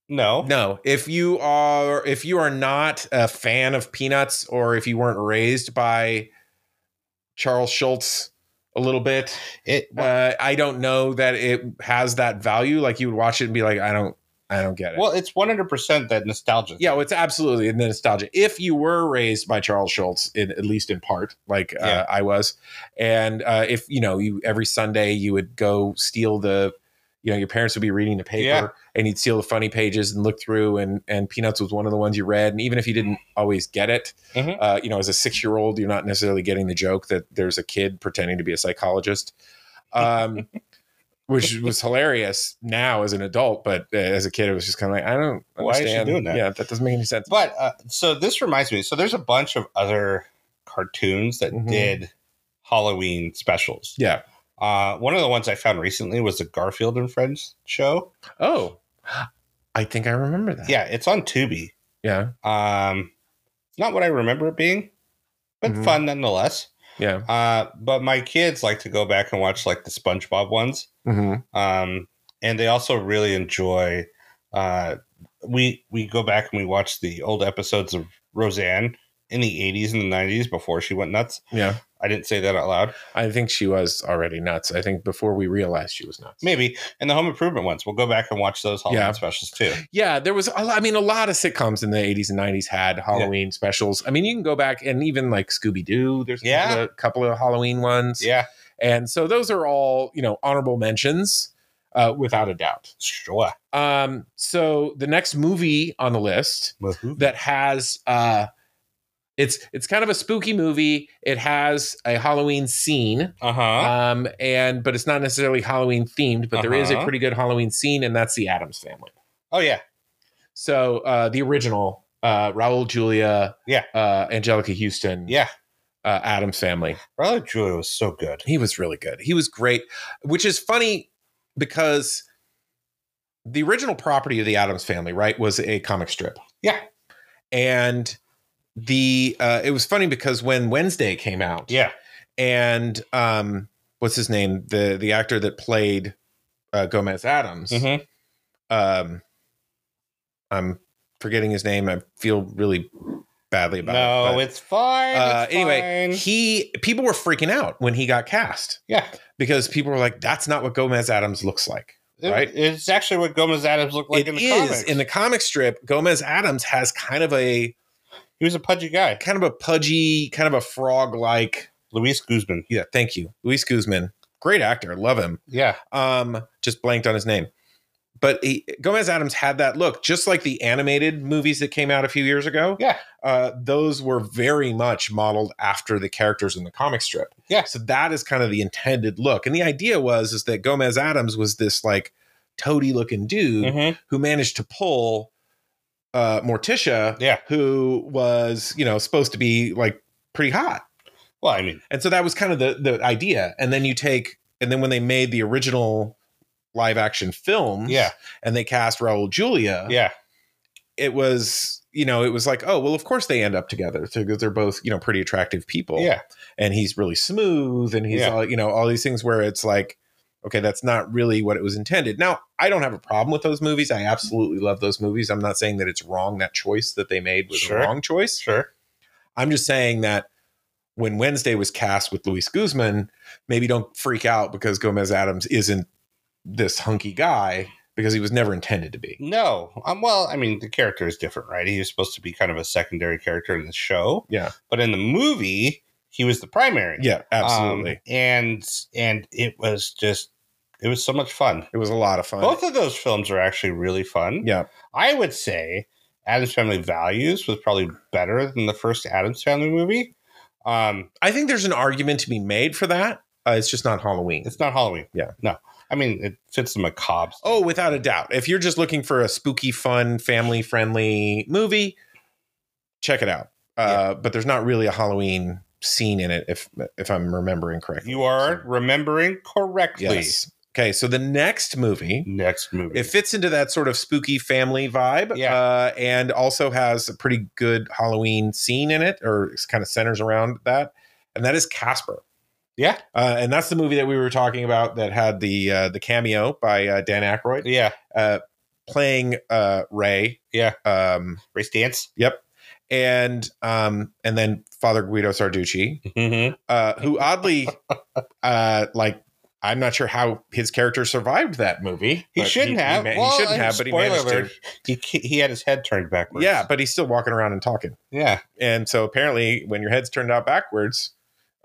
Speaker 3: No.
Speaker 2: No. If you are, if you are not a fan of Peanuts, or if you weren't raised by Charles Schultz a little bit,
Speaker 3: It well,
Speaker 2: uh, I don't know that it has that value. Like you would watch it and be like, I don't, I don't get it.
Speaker 3: well, it's 100% that nostalgia.
Speaker 2: Yeah, well, it's absolutely in the nostalgia. If you were raised by Charles Schultz, in, at least in part, like
Speaker 3: Yeah.
Speaker 2: uh, I was, and uh, if you know, you every Sunday you would go steal the, you know, your parents would be reading the paper,
Speaker 3: Yeah.
Speaker 2: and you'd steal the funny pages and look through, and and Peanuts was one of the ones you read, and even if you didn't always get it,
Speaker 3: Mhm.
Speaker 2: uh, you know, as a six year old, you're not necessarily getting the joke that there's a kid pretending to be a psychologist. Um, Which was hilarious now as an adult, but uh, as a kid, it was just kind of like, I don't understand.
Speaker 3: Why is she doing that?
Speaker 2: Yeah, that doesn't make any sense.
Speaker 3: But uh, so this reminds me. So there's a bunch of other cartoons that
Speaker 2: Mhm.
Speaker 3: did Halloween specials.
Speaker 2: Yeah.
Speaker 3: Uh, one of the ones I found recently was the Garfield and Friends show.
Speaker 2: Oh, I think I remember that.
Speaker 3: Yeah, it's on Tubi.
Speaker 2: Yeah.
Speaker 3: Um, it's not what I remember it being, but
Speaker 2: Mhm.
Speaker 3: fun nonetheless.
Speaker 2: Yeah.
Speaker 3: Uh, but my kids like to go back and watch like the SpongeBob ones.
Speaker 2: Mhm.
Speaker 3: Um, and they also really enjoy. Uh, we we go back and we watch the old episodes of Roseanne in the eighties and the nineties before she went nuts.
Speaker 2: Yeah.
Speaker 3: I didn't say that out loud.
Speaker 2: I think she was already nuts. I think before we realized she was nuts.
Speaker 3: Maybe. And the Home Improvement ones. We'll go back and watch those Halloween
Speaker 2: Yeah.
Speaker 3: specials too.
Speaker 2: Yeah, there was. A lot, I mean, a lot of sitcoms in the '80s and '90s had Halloween specials. I mean, you can go back and even like Scooby Doo. There's a
Speaker 3: Yeah.
Speaker 2: couple of- couple of Halloween ones.
Speaker 3: Yeah,
Speaker 2: and so those are all you know honorable mentions, uh, without a doubt.
Speaker 3: sure.
Speaker 2: Um, so the next movie on the list that has uh it's it's kind of a spooky movie. It has a Halloween scene,
Speaker 3: Uh huh.
Speaker 2: um, and but it's not necessarily Halloween themed. But there is a
Speaker 3: Uh-huh.
Speaker 2: pretty good Halloween scene, and that's the Adams Family.
Speaker 3: Oh yeah.
Speaker 2: So uh, the original uh, Raul Julia,
Speaker 3: Yeah.
Speaker 2: uh, Angelica Houston,
Speaker 3: Yeah,
Speaker 2: uh, Adam's family.
Speaker 3: Raul Julia was so good.
Speaker 2: He was really good. He was great, which is funny because the original property of the Adams family, right, was a comic strip.
Speaker 3: Yeah.
Speaker 2: And the uh, it was funny because when Wednesday came out,
Speaker 3: Yeah,
Speaker 2: and um, what's his name, the the actor that played uh, Gomez Adams,
Speaker 3: Mhm.
Speaker 2: um, I'm forgetting his name. I feel really badly about it.
Speaker 3: no,
Speaker 2: but-
Speaker 3: it's fine.
Speaker 2: uh,
Speaker 3: it's
Speaker 2: anyway,
Speaker 3: fine.
Speaker 2: he people were freaking out when he got cast
Speaker 3: yeah,
Speaker 2: because people were like, "That's not what Gomez Adams looks like."
Speaker 3: It-
Speaker 2: Right?
Speaker 3: It's actually what Gomez Adams looked like
Speaker 2: It
Speaker 3: in the
Speaker 2: is,
Speaker 3: comics.
Speaker 2: in the comic strip. Gomez Adams has kind of a
Speaker 3: he was a pudgy guy.
Speaker 2: kind of a pudgy, kind of a frog like.
Speaker 3: Luis Guzman.
Speaker 2: Yeah, thank you, Luis Guzman, great actor, love him.
Speaker 3: Yeah,
Speaker 2: Um, just blanked on his name, but he, Gomez Adams had that look, just like the animated movies that came out a few years ago.
Speaker 3: yeah,
Speaker 2: uh, those were very much modeled after the characters in the comic strip.
Speaker 3: Yeah.
Speaker 2: So that is kind of the intended look. And the idea was is that Gomez Adams was this like toady looking dude
Speaker 3: Mhm.
Speaker 2: who managed to pull uh Morticia,
Speaker 3: yeah.
Speaker 2: who was, you know, supposed to be like pretty hot.
Speaker 3: Well, I mean,
Speaker 2: And so that was kind of the the idea. And then you take and then when they made the original live action films
Speaker 3: Yeah.
Speaker 2: and they cast Raul Julia
Speaker 3: yeah,
Speaker 2: it was you know it was like oh well of course they end up together because they're both you know pretty attractive people
Speaker 3: yeah,
Speaker 2: and he's really smooth and he's
Speaker 3: Yeah.
Speaker 2: all you know all these things where it's like okay that's not really what it was intended now i don't have a problem with those movies i absolutely love those movies i'm not saying that it's wrong that choice that they made was
Speaker 3: Sure.
Speaker 2: a wrong choice
Speaker 3: sure.
Speaker 2: i'm just saying that when wednesday was cast with luis guzman maybe don't freak out because gomez adams isn't this hunky guy because he was never intended to be
Speaker 3: No, um, well, I mean, the character is different, right? He was supposed to be kind of a secondary character in the show.
Speaker 2: Yeah.
Speaker 3: but in the movie, he was the primary.
Speaker 2: yeah absolutely
Speaker 3: Um, and and it was just it was so much fun.
Speaker 2: it was a lot of fun
Speaker 3: Both of those films are actually really fun.
Speaker 2: Yeah.
Speaker 3: I would say Adam's Family Values was probably better than the first Adam's Family movie. Um,
Speaker 2: I think there's an argument to be made for that. Uh, it's just not Halloween.
Speaker 3: it's not Halloween.
Speaker 2: Yeah.
Speaker 3: No. I mean, it fits the macabre.
Speaker 2: Oh, without a doubt. If you're just looking for a spooky, fun, family friendly movie, check it out. Uh, But there's not really a Halloween scene in it, if if I'm remembering correctly.
Speaker 3: You are remembering correctly.
Speaker 2: yes. Okay, so the next movie
Speaker 3: Next movie.
Speaker 2: it fits into that sort of spooky family vibe,
Speaker 3: Yeah.
Speaker 2: uh, and also has a pretty good Halloween scene in it, or it's kind of centers around that, and that is Casper.
Speaker 3: yeah.
Speaker 2: Uh, and that's the movie that we were talking about that had the uh, the cameo by uh, Dan Aykroyd
Speaker 3: Yeah.
Speaker 2: uh, playing uh, Ray.
Speaker 3: Yeah.
Speaker 2: Um,
Speaker 3: Race dance.
Speaker 2: yep. And um, and then Father Guido Sarducci,
Speaker 3: Mm-hmm.
Speaker 2: uh, who oddly, uh, like I'm not sure how his character survived that movie.
Speaker 3: He
Speaker 2: but
Speaker 3: shouldn't have.
Speaker 2: ma- He,
Speaker 3: Well,
Speaker 2: shouldn't
Speaker 3: I mean,
Speaker 2: have, but he
Speaker 3: spoiler
Speaker 2: managed
Speaker 3: alert, He, ki- he had his head turned
Speaker 2: to.
Speaker 3: backwards.
Speaker 2: Yeah, but he's still walking around and talking.
Speaker 3: Yeah.
Speaker 2: And so apparently, when your head's turned out backwards,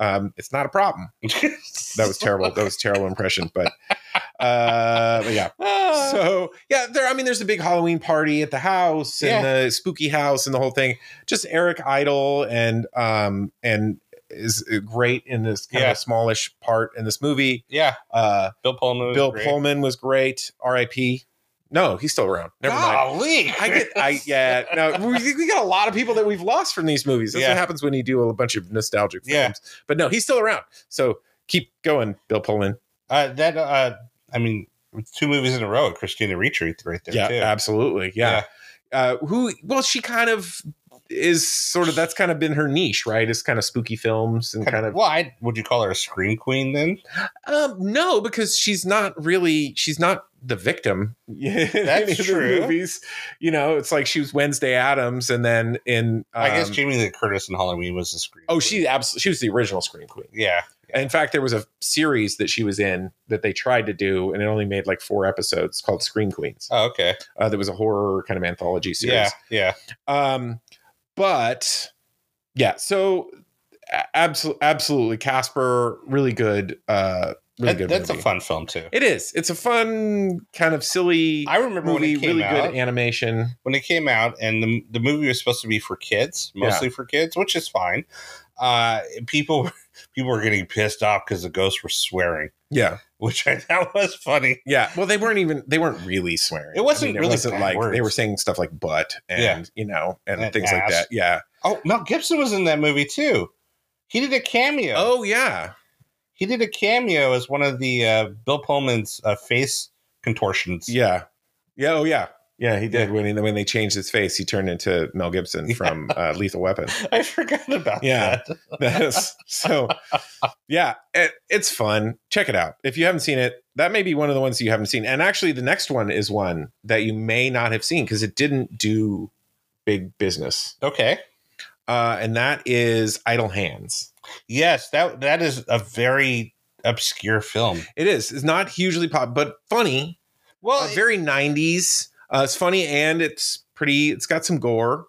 Speaker 2: um, it's not a problem. That was terrible. that was a terrible impression. But, uh, but yeah.
Speaker 3: Ah.
Speaker 2: so yeah there i mean there's a big halloween party at the house and the spooky house and the whole thing just eric idle and um and is great in this kind
Speaker 3: Yeah.
Speaker 2: of smallish part in this movie
Speaker 3: yeah.
Speaker 2: uh
Speaker 3: Bill Pullman. was
Speaker 2: bill
Speaker 3: great.
Speaker 2: pullman was great rip no he's still around never mind
Speaker 3: Golly.
Speaker 2: I get, I yeah, no, we, we got a lot of people that we've lost from these movies. That's
Speaker 3: Yeah.
Speaker 2: what happens when you do a bunch of nostalgic films.
Speaker 3: Yeah.
Speaker 2: But no, he's still around. So keep going, Bill Pullman.
Speaker 3: Uh, that uh, I mean, two movies in a row. Christina Ricci right there.
Speaker 2: yeah,
Speaker 3: too.
Speaker 2: absolutely. Yeah. Uh, who? Well, she kind of is sort of that's kind of been her niche, right? It's kind of spooky films and kind of
Speaker 3: Well, I, would you call her a scream queen then?
Speaker 2: um, no, because she's not really she's not the victim. Yeah,
Speaker 3: That's true.
Speaker 2: Movies, you know, it's like she was Wednesday Adams, and then in
Speaker 3: I guess
Speaker 2: um,
Speaker 3: Jamie Lee Curtis in Halloween was a scream.
Speaker 2: Oh,
Speaker 3: queen.
Speaker 2: she absolutely she was the original Scream Queen.
Speaker 3: Yeah.
Speaker 2: In fact, there was a series that she was in that they tried to do, and it only made like four episodes called Scream Queens.
Speaker 3: Oh, okay.
Speaker 2: Uh, that was a horror kind of anthology series.
Speaker 3: Yeah. Yeah.
Speaker 2: Um, but yeah, so absolutely, absolutely, Casper, really good, uh, really
Speaker 3: That-
Speaker 2: good.
Speaker 3: that's
Speaker 2: movie.
Speaker 3: a fun film too.
Speaker 2: It is. It's a fun kind of silly
Speaker 3: I remember
Speaker 2: movie.
Speaker 3: when it came
Speaker 2: Really
Speaker 3: out.
Speaker 2: good animation.
Speaker 3: when it came out, and the the movie was supposed to be for kids, mostly for kids, which is fine. Uh, people people were getting pissed off because the ghosts were swearing.
Speaker 2: Yeah,
Speaker 3: which I thought was funny.
Speaker 2: Yeah. Well, they weren't even they weren't really swearing.
Speaker 3: It wasn't really
Speaker 2: wasn't
Speaker 3: bad
Speaker 2: like they
Speaker 3: words.
Speaker 2: were saying stuff like butt and
Speaker 3: Yeah.
Speaker 2: you know and,
Speaker 3: And
Speaker 2: things like
Speaker 3: ass.
Speaker 2: that. Yeah.
Speaker 3: Oh, Mel Gibson was in that movie too. He did a cameo.
Speaker 2: Oh yeah.
Speaker 3: he did a cameo as one of the uh, Bill Pullman's uh, face contortions.
Speaker 2: Yeah. Yeah. Oh yeah. Yeah, he did. When he, when they changed his face, he turned into Mel Gibson from uh, Lethal Weapon.
Speaker 3: I forgot about
Speaker 2: Yeah.
Speaker 3: that.
Speaker 2: That's so. Yeah, it, it's fun. Check it out if you haven't seen it. That may be one of the ones you haven't seen. And actually, the next one is one that you may not have seen because it didn't do big business.
Speaker 3: Okay.
Speaker 2: Uh, and that is Idle Hands.
Speaker 3: Yes, that that is a very obscure film.
Speaker 2: It is. It's not hugely pop, but funny.
Speaker 3: Well,
Speaker 2: Uh, very '90s. Uh, it's funny and it's pretty. It's got some gore.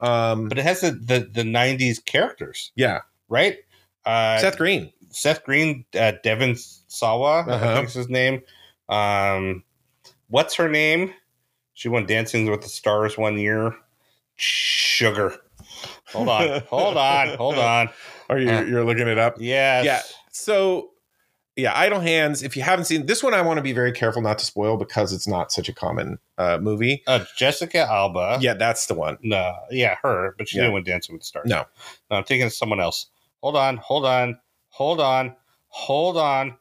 Speaker 2: Um,
Speaker 3: but it has the the, the '90s characters,
Speaker 2: yeah,
Speaker 3: right? Uh, Seth,
Speaker 2: Seth Green.
Speaker 3: Green, uh, Devin Sawa, I
Speaker 2: Uh-huh.
Speaker 3: think's his name. Um, what's her name? She won Dancing with the Stars one year. Sugar. Hold on, hold on, hold on.
Speaker 2: Are you
Speaker 3: Uh,
Speaker 2: you're looking it up?
Speaker 3: Yes.
Speaker 2: Yeah. So, yeah, Idle Hands. If you haven't seen this one, I want to be very careful not to spoil because it's not such a common uh, movie.
Speaker 3: Uh, Jessica Alba.
Speaker 2: Yeah, that's the one.
Speaker 3: No, yeah, her, but she
Speaker 2: Yeah.
Speaker 3: didn't win Dancing with the Stars.
Speaker 2: No.
Speaker 3: No, I'm thinking of someone else. Hold on, hold on, hold on, hold on.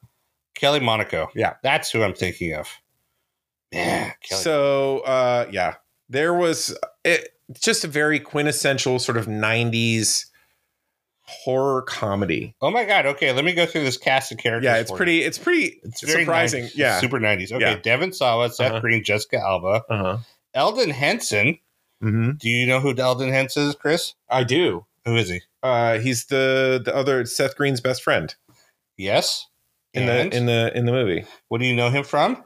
Speaker 3: Kelly Monaco.
Speaker 2: Yeah.
Speaker 3: That's who I'm thinking of. Yeah. Kelly.
Speaker 2: So, uh, yeah, there was it, it's just a very quintessential sort of '90s horror comedy.
Speaker 3: oh my God. Okay, let me go through this cast of characters.
Speaker 2: Yeah, it's
Speaker 3: for you.
Speaker 2: pretty. It's pretty.
Speaker 3: It's very
Speaker 2: surprising.
Speaker 3: 90s,
Speaker 2: Yeah.
Speaker 3: Super 90s. Okay,
Speaker 2: Yeah.
Speaker 3: Devin Sawa, Seth
Speaker 2: Uh-huh.
Speaker 3: Green, Jessica Alba,
Speaker 2: uh-huh.
Speaker 3: Eldon Henson.
Speaker 2: hmm
Speaker 3: Do you know who Eldon Henson is, Chris?
Speaker 2: I do.
Speaker 3: Who is he?
Speaker 2: Uh, he's the the other Seth Green's best friend
Speaker 3: Yes.
Speaker 2: in
Speaker 3: and
Speaker 2: the in the in the movie.
Speaker 3: what do you know him from?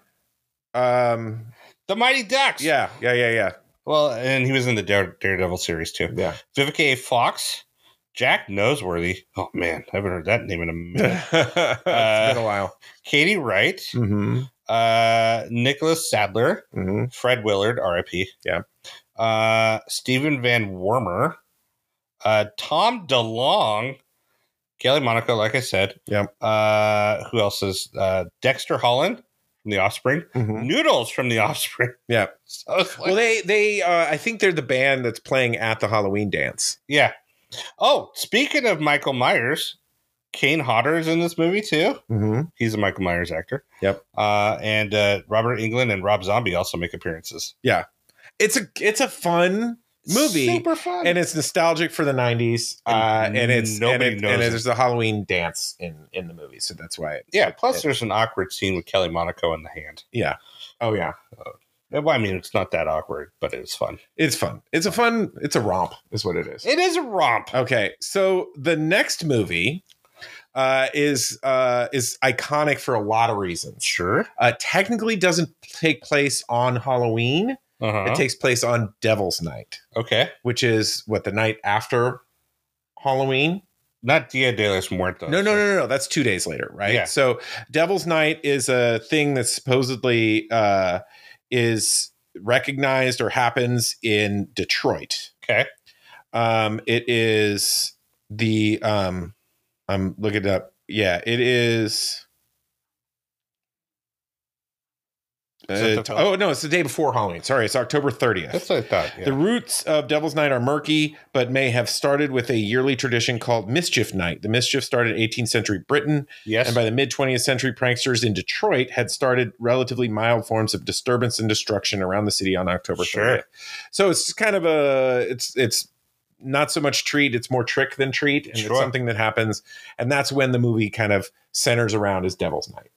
Speaker 2: Um,
Speaker 3: The Mighty Ducks.
Speaker 2: yeah, yeah, yeah, yeah,
Speaker 3: Well, and he was in the Dare- Daredevil series too.
Speaker 2: yeah.
Speaker 3: Vivica A. Fox, Jack Noseworthy. Oh man, I haven't heard that name in a minute.
Speaker 2: it's been a while.
Speaker 3: Katie Wright,
Speaker 2: Mm-hmm.
Speaker 3: uh, Nicholas Sadler,
Speaker 2: Mm-hmm.
Speaker 3: Fred Willard, R.I.P.
Speaker 2: Yeah.
Speaker 3: uh, Stephen Van Wormer, uh, Tom DeLong, Kelly Monaco, like I said.
Speaker 2: Yeah.
Speaker 3: Uh, who else is uh, Dexter Holland from The Offspring? Noodles from The Offspring.
Speaker 2: Mm-hmm. Yeah.
Speaker 3: So it's like-
Speaker 2: Well, they they uh, I think they're the band that's playing at the Halloween dance.
Speaker 3: yeah. Oh, speaking of Michael Myers, Kane Hodder is in this movie too.
Speaker 2: Mm-hmm.
Speaker 3: He's a Michael Myers actor.
Speaker 2: Yep.
Speaker 3: Uh, and uh, Robert England and Rob Zombie also make appearances.
Speaker 2: It's a it's a fun movie,
Speaker 3: super fun.
Speaker 2: and it's nostalgic for the '90s. Uh,
Speaker 3: And
Speaker 2: and it's
Speaker 3: nobody
Speaker 2: and, it,
Speaker 3: knows
Speaker 2: and
Speaker 3: it.
Speaker 2: there's a Halloween dance in in the movie, so that's why. It,
Speaker 3: yeah. Plus, there's an awkward scene with Kelly Monaco in the hand.
Speaker 2: oh yeah,
Speaker 3: Well, I mean, it's not that awkward, but it was fun.
Speaker 2: it's fun. It's a fun. It's a romp, is what it is.
Speaker 3: It is a romp.
Speaker 2: Okay, so the next movie uh, is uh, is iconic for a lot of reasons.
Speaker 3: Sure.
Speaker 2: Uh, technically, doesn't take place on Halloween.
Speaker 3: Uh-huh.
Speaker 2: It takes place on Devil's Night,
Speaker 3: okay.
Speaker 2: which is what the night after Halloween.
Speaker 3: Not Dia de los Muertos.
Speaker 2: No, no, no, no, no. That's two days later, right?
Speaker 3: Oh, Yeah.
Speaker 2: So Devil's Night is a thing that supposedly uh, is recognized or happens in Detroit.
Speaker 3: Okay.
Speaker 2: Um, it is the um, I'm looking it up. Yeah, it is.
Speaker 3: Is it
Speaker 2: Uh,
Speaker 3: the-
Speaker 2: t- oh no, it's the day before Halloween. Sorry, it's October 30th.
Speaker 3: That's what I thought. yeah.
Speaker 2: The roots of Devil's Night are murky, but may have started with a yearly tradition called Mischief Night. The mischief started in 18th century Britain,
Speaker 3: yes.
Speaker 2: and by the mid 20th century, pranksters in Detroit had started relatively mild forms of disturbance and destruction around the city on October
Speaker 3: Sure.
Speaker 2: 30th. So it's just kind of a it's it's not so much treat, it's more trick than treat, and
Speaker 3: Sure.
Speaker 2: it's something that happens, and that's when the movie kind of centers around is Devil's Night.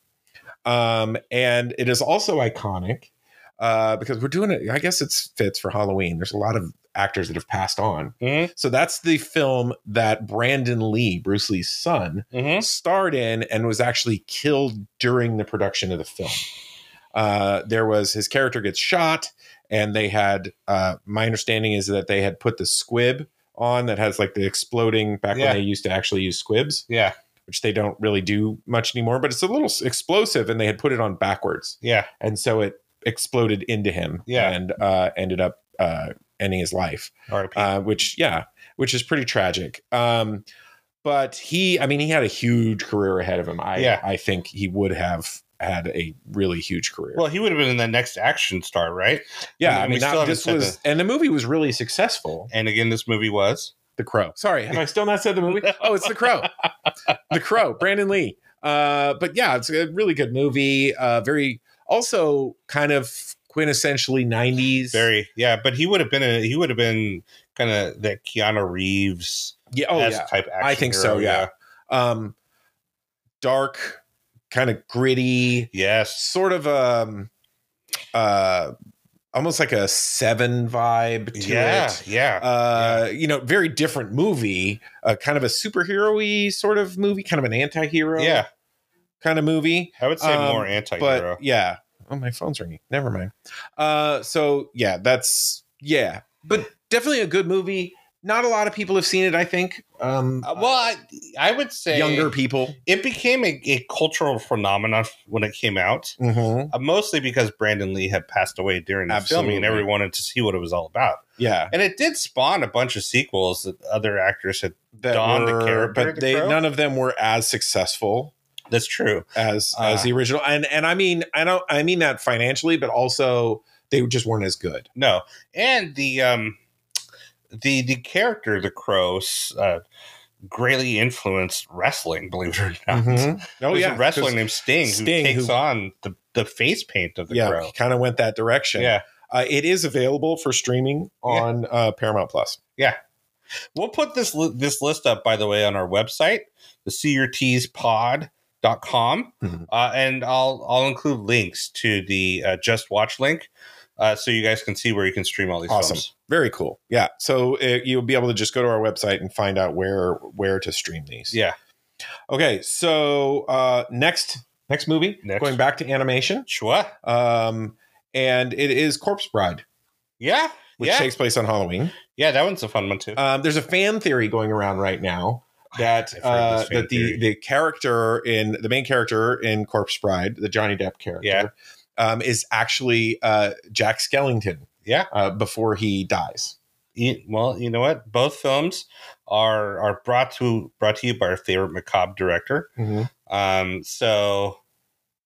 Speaker 2: Um, and it is also iconic uh, because we're doing it. I guess it's fits for Halloween. There's a lot of actors that have passed on,
Speaker 3: Mhm.
Speaker 2: so that's the film that Brandon Lee, Bruce Lee's son,
Speaker 3: Mhm.
Speaker 2: starred in and was actually killed during the production of the film. Uh, there was his character gets shot, and they had. Uh, my understanding is that they had put the squib on that has like the exploding back
Speaker 3: Yeah.
Speaker 2: when they used to actually use squibs,
Speaker 3: Yeah.
Speaker 2: which they don't really do much anymore. But it's a little s- explosive, and they had put it on backwards,
Speaker 3: Yeah.
Speaker 2: and so it exploded into him,
Speaker 3: Yeah.
Speaker 2: and uh, ended up uh, ending his life
Speaker 3: R.I.P.
Speaker 2: uh, which yeah, which is pretty tragic. Um, but he, I mean, he had a huge career ahead of him. I
Speaker 3: Yeah.
Speaker 2: I think he would have had a really huge career.
Speaker 3: Well, he would have been in the next action star, right?
Speaker 2: yeah,
Speaker 3: we-
Speaker 2: I
Speaker 3: we
Speaker 2: mean,
Speaker 3: still
Speaker 2: that,
Speaker 3: haven't
Speaker 2: this
Speaker 3: said
Speaker 2: was, and the movie was really successful.
Speaker 3: And again, this movie was.
Speaker 2: The Crow. Sorry, have I still not said the movie? Oh, it's The Crow. the Crow, Brandon Lee. Uh, but yeah, it's a really good movie. Uh, very also kind of quintessentially '90s.
Speaker 3: Very, yeah, but he would have been a he would have been kind of that Keanu Reeves
Speaker 2: yeah. Oh yeah.
Speaker 3: type action.
Speaker 2: I think so,
Speaker 3: hero,
Speaker 2: yeah. Um, dark, kind of gritty,
Speaker 3: Yes.
Speaker 2: sort of um, uh, almost like a Seven vibe to
Speaker 3: yeah.
Speaker 2: it.
Speaker 3: Yeah.
Speaker 2: Uh, you know, very different movie, uh, kind of a superhero-y sort of movie, kind of an anti-hero
Speaker 3: yeah.
Speaker 2: kind of movie.
Speaker 3: I would say
Speaker 2: Uh, um,
Speaker 3: more anti-hero.
Speaker 2: But yeah. Oh, my phone's ringing. Never mind. Uh, so yeah, that's yeah, but definitely a good movie. Not a lot of people have seen it, I think. Um,
Speaker 3: Uh, well, I, I would say
Speaker 2: younger people.
Speaker 3: It became a, a cultural phenomenon when it came out,
Speaker 2: Mm-hmm.
Speaker 3: uh, mostly because Brandon Lee had passed away during the filming, and
Speaker 2: Absolutely.
Speaker 3: everyone wanted to see what it was all about.
Speaker 2: Yeah,
Speaker 3: And it did spawn a bunch of sequels that other actors had.
Speaker 2: that
Speaker 3: Dawn the
Speaker 2: were,
Speaker 3: character,
Speaker 2: but
Speaker 3: the
Speaker 2: they
Speaker 3: crow?
Speaker 2: none of them were as successful
Speaker 3: That's true.
Speaker 2: as
Speaker 3: Uh.
Speaker 2: as the original. And and I mean, I don't, I mean that financially, but also they just weren't as good.
Speaker 3: No, and the um, the the character the crow s- uh, greatly influenced wrestling. Believe it or not,
Speaker 2: Oh
Speaker 3: There's
Speaker 2: yeah,
Speaker 3: a wrestler named Sting,
Speaker 2: Sting,
Speaker 3: who takes
Speaker 2: who-
Speaker 3: on the the face paint of
Speaker 2: 'cause-
Speaker 3: the
Speaker 2: Yeah,
Speaker 3: crow.
Speaker 2: kind of went that direction.
Speaker 3: Yeah,
Speaker 2: uh, it is available for streaming on uh, Paramount Plus.
Speaker 3: We'll put this li- this list up, by the way, on our website, the crtspod.com.
Speaker 2: Mhm.
Speaker 3: Uh, and I'll I'll include links to the uh, Just Watch link uh, so you guys can see where you can stream all these
Speaker 2: Awesome.
Speaker 3: films.
Speaker 2: Very cool. Yeah, so uh you'll be able to just go to our website and find out where where to stream these.
Speaker 3: Yeah.
Speaker 2: Okay, so uh, next next movie,
Speaker 3: Next.
Speaker 2: going back to animation,
Speaker 3: Sure.
Speaker 2: um, and it is Corpse Bride.
Speaker 3: Yeah.
Speaker 2: which
Speaker 3: yeah.
Speaker 2: takes place on Halloween.
Speaker 3: yeah, that one's a fun one, too.
Speaker 2: Um, there's a fan theory going around right now that
Speaker 3: I've heard
Speaker 2: uh,
Speaker 3: this fan
Speaker 2: that the
Speaker 3: theory.
Speaker 2: the character in the main character in Corpse Bride, the Johnny Depp character,
Speaker 3: Yeah.
Speaker 2: um, is actually uh, Jack Skellington.
Speaker 3: Yeah.
Speaker 2: uh, before he dies.
Speaker 3: E- well, you know what? Both films are are brought to brought to you by our favorite macabre director. Um, so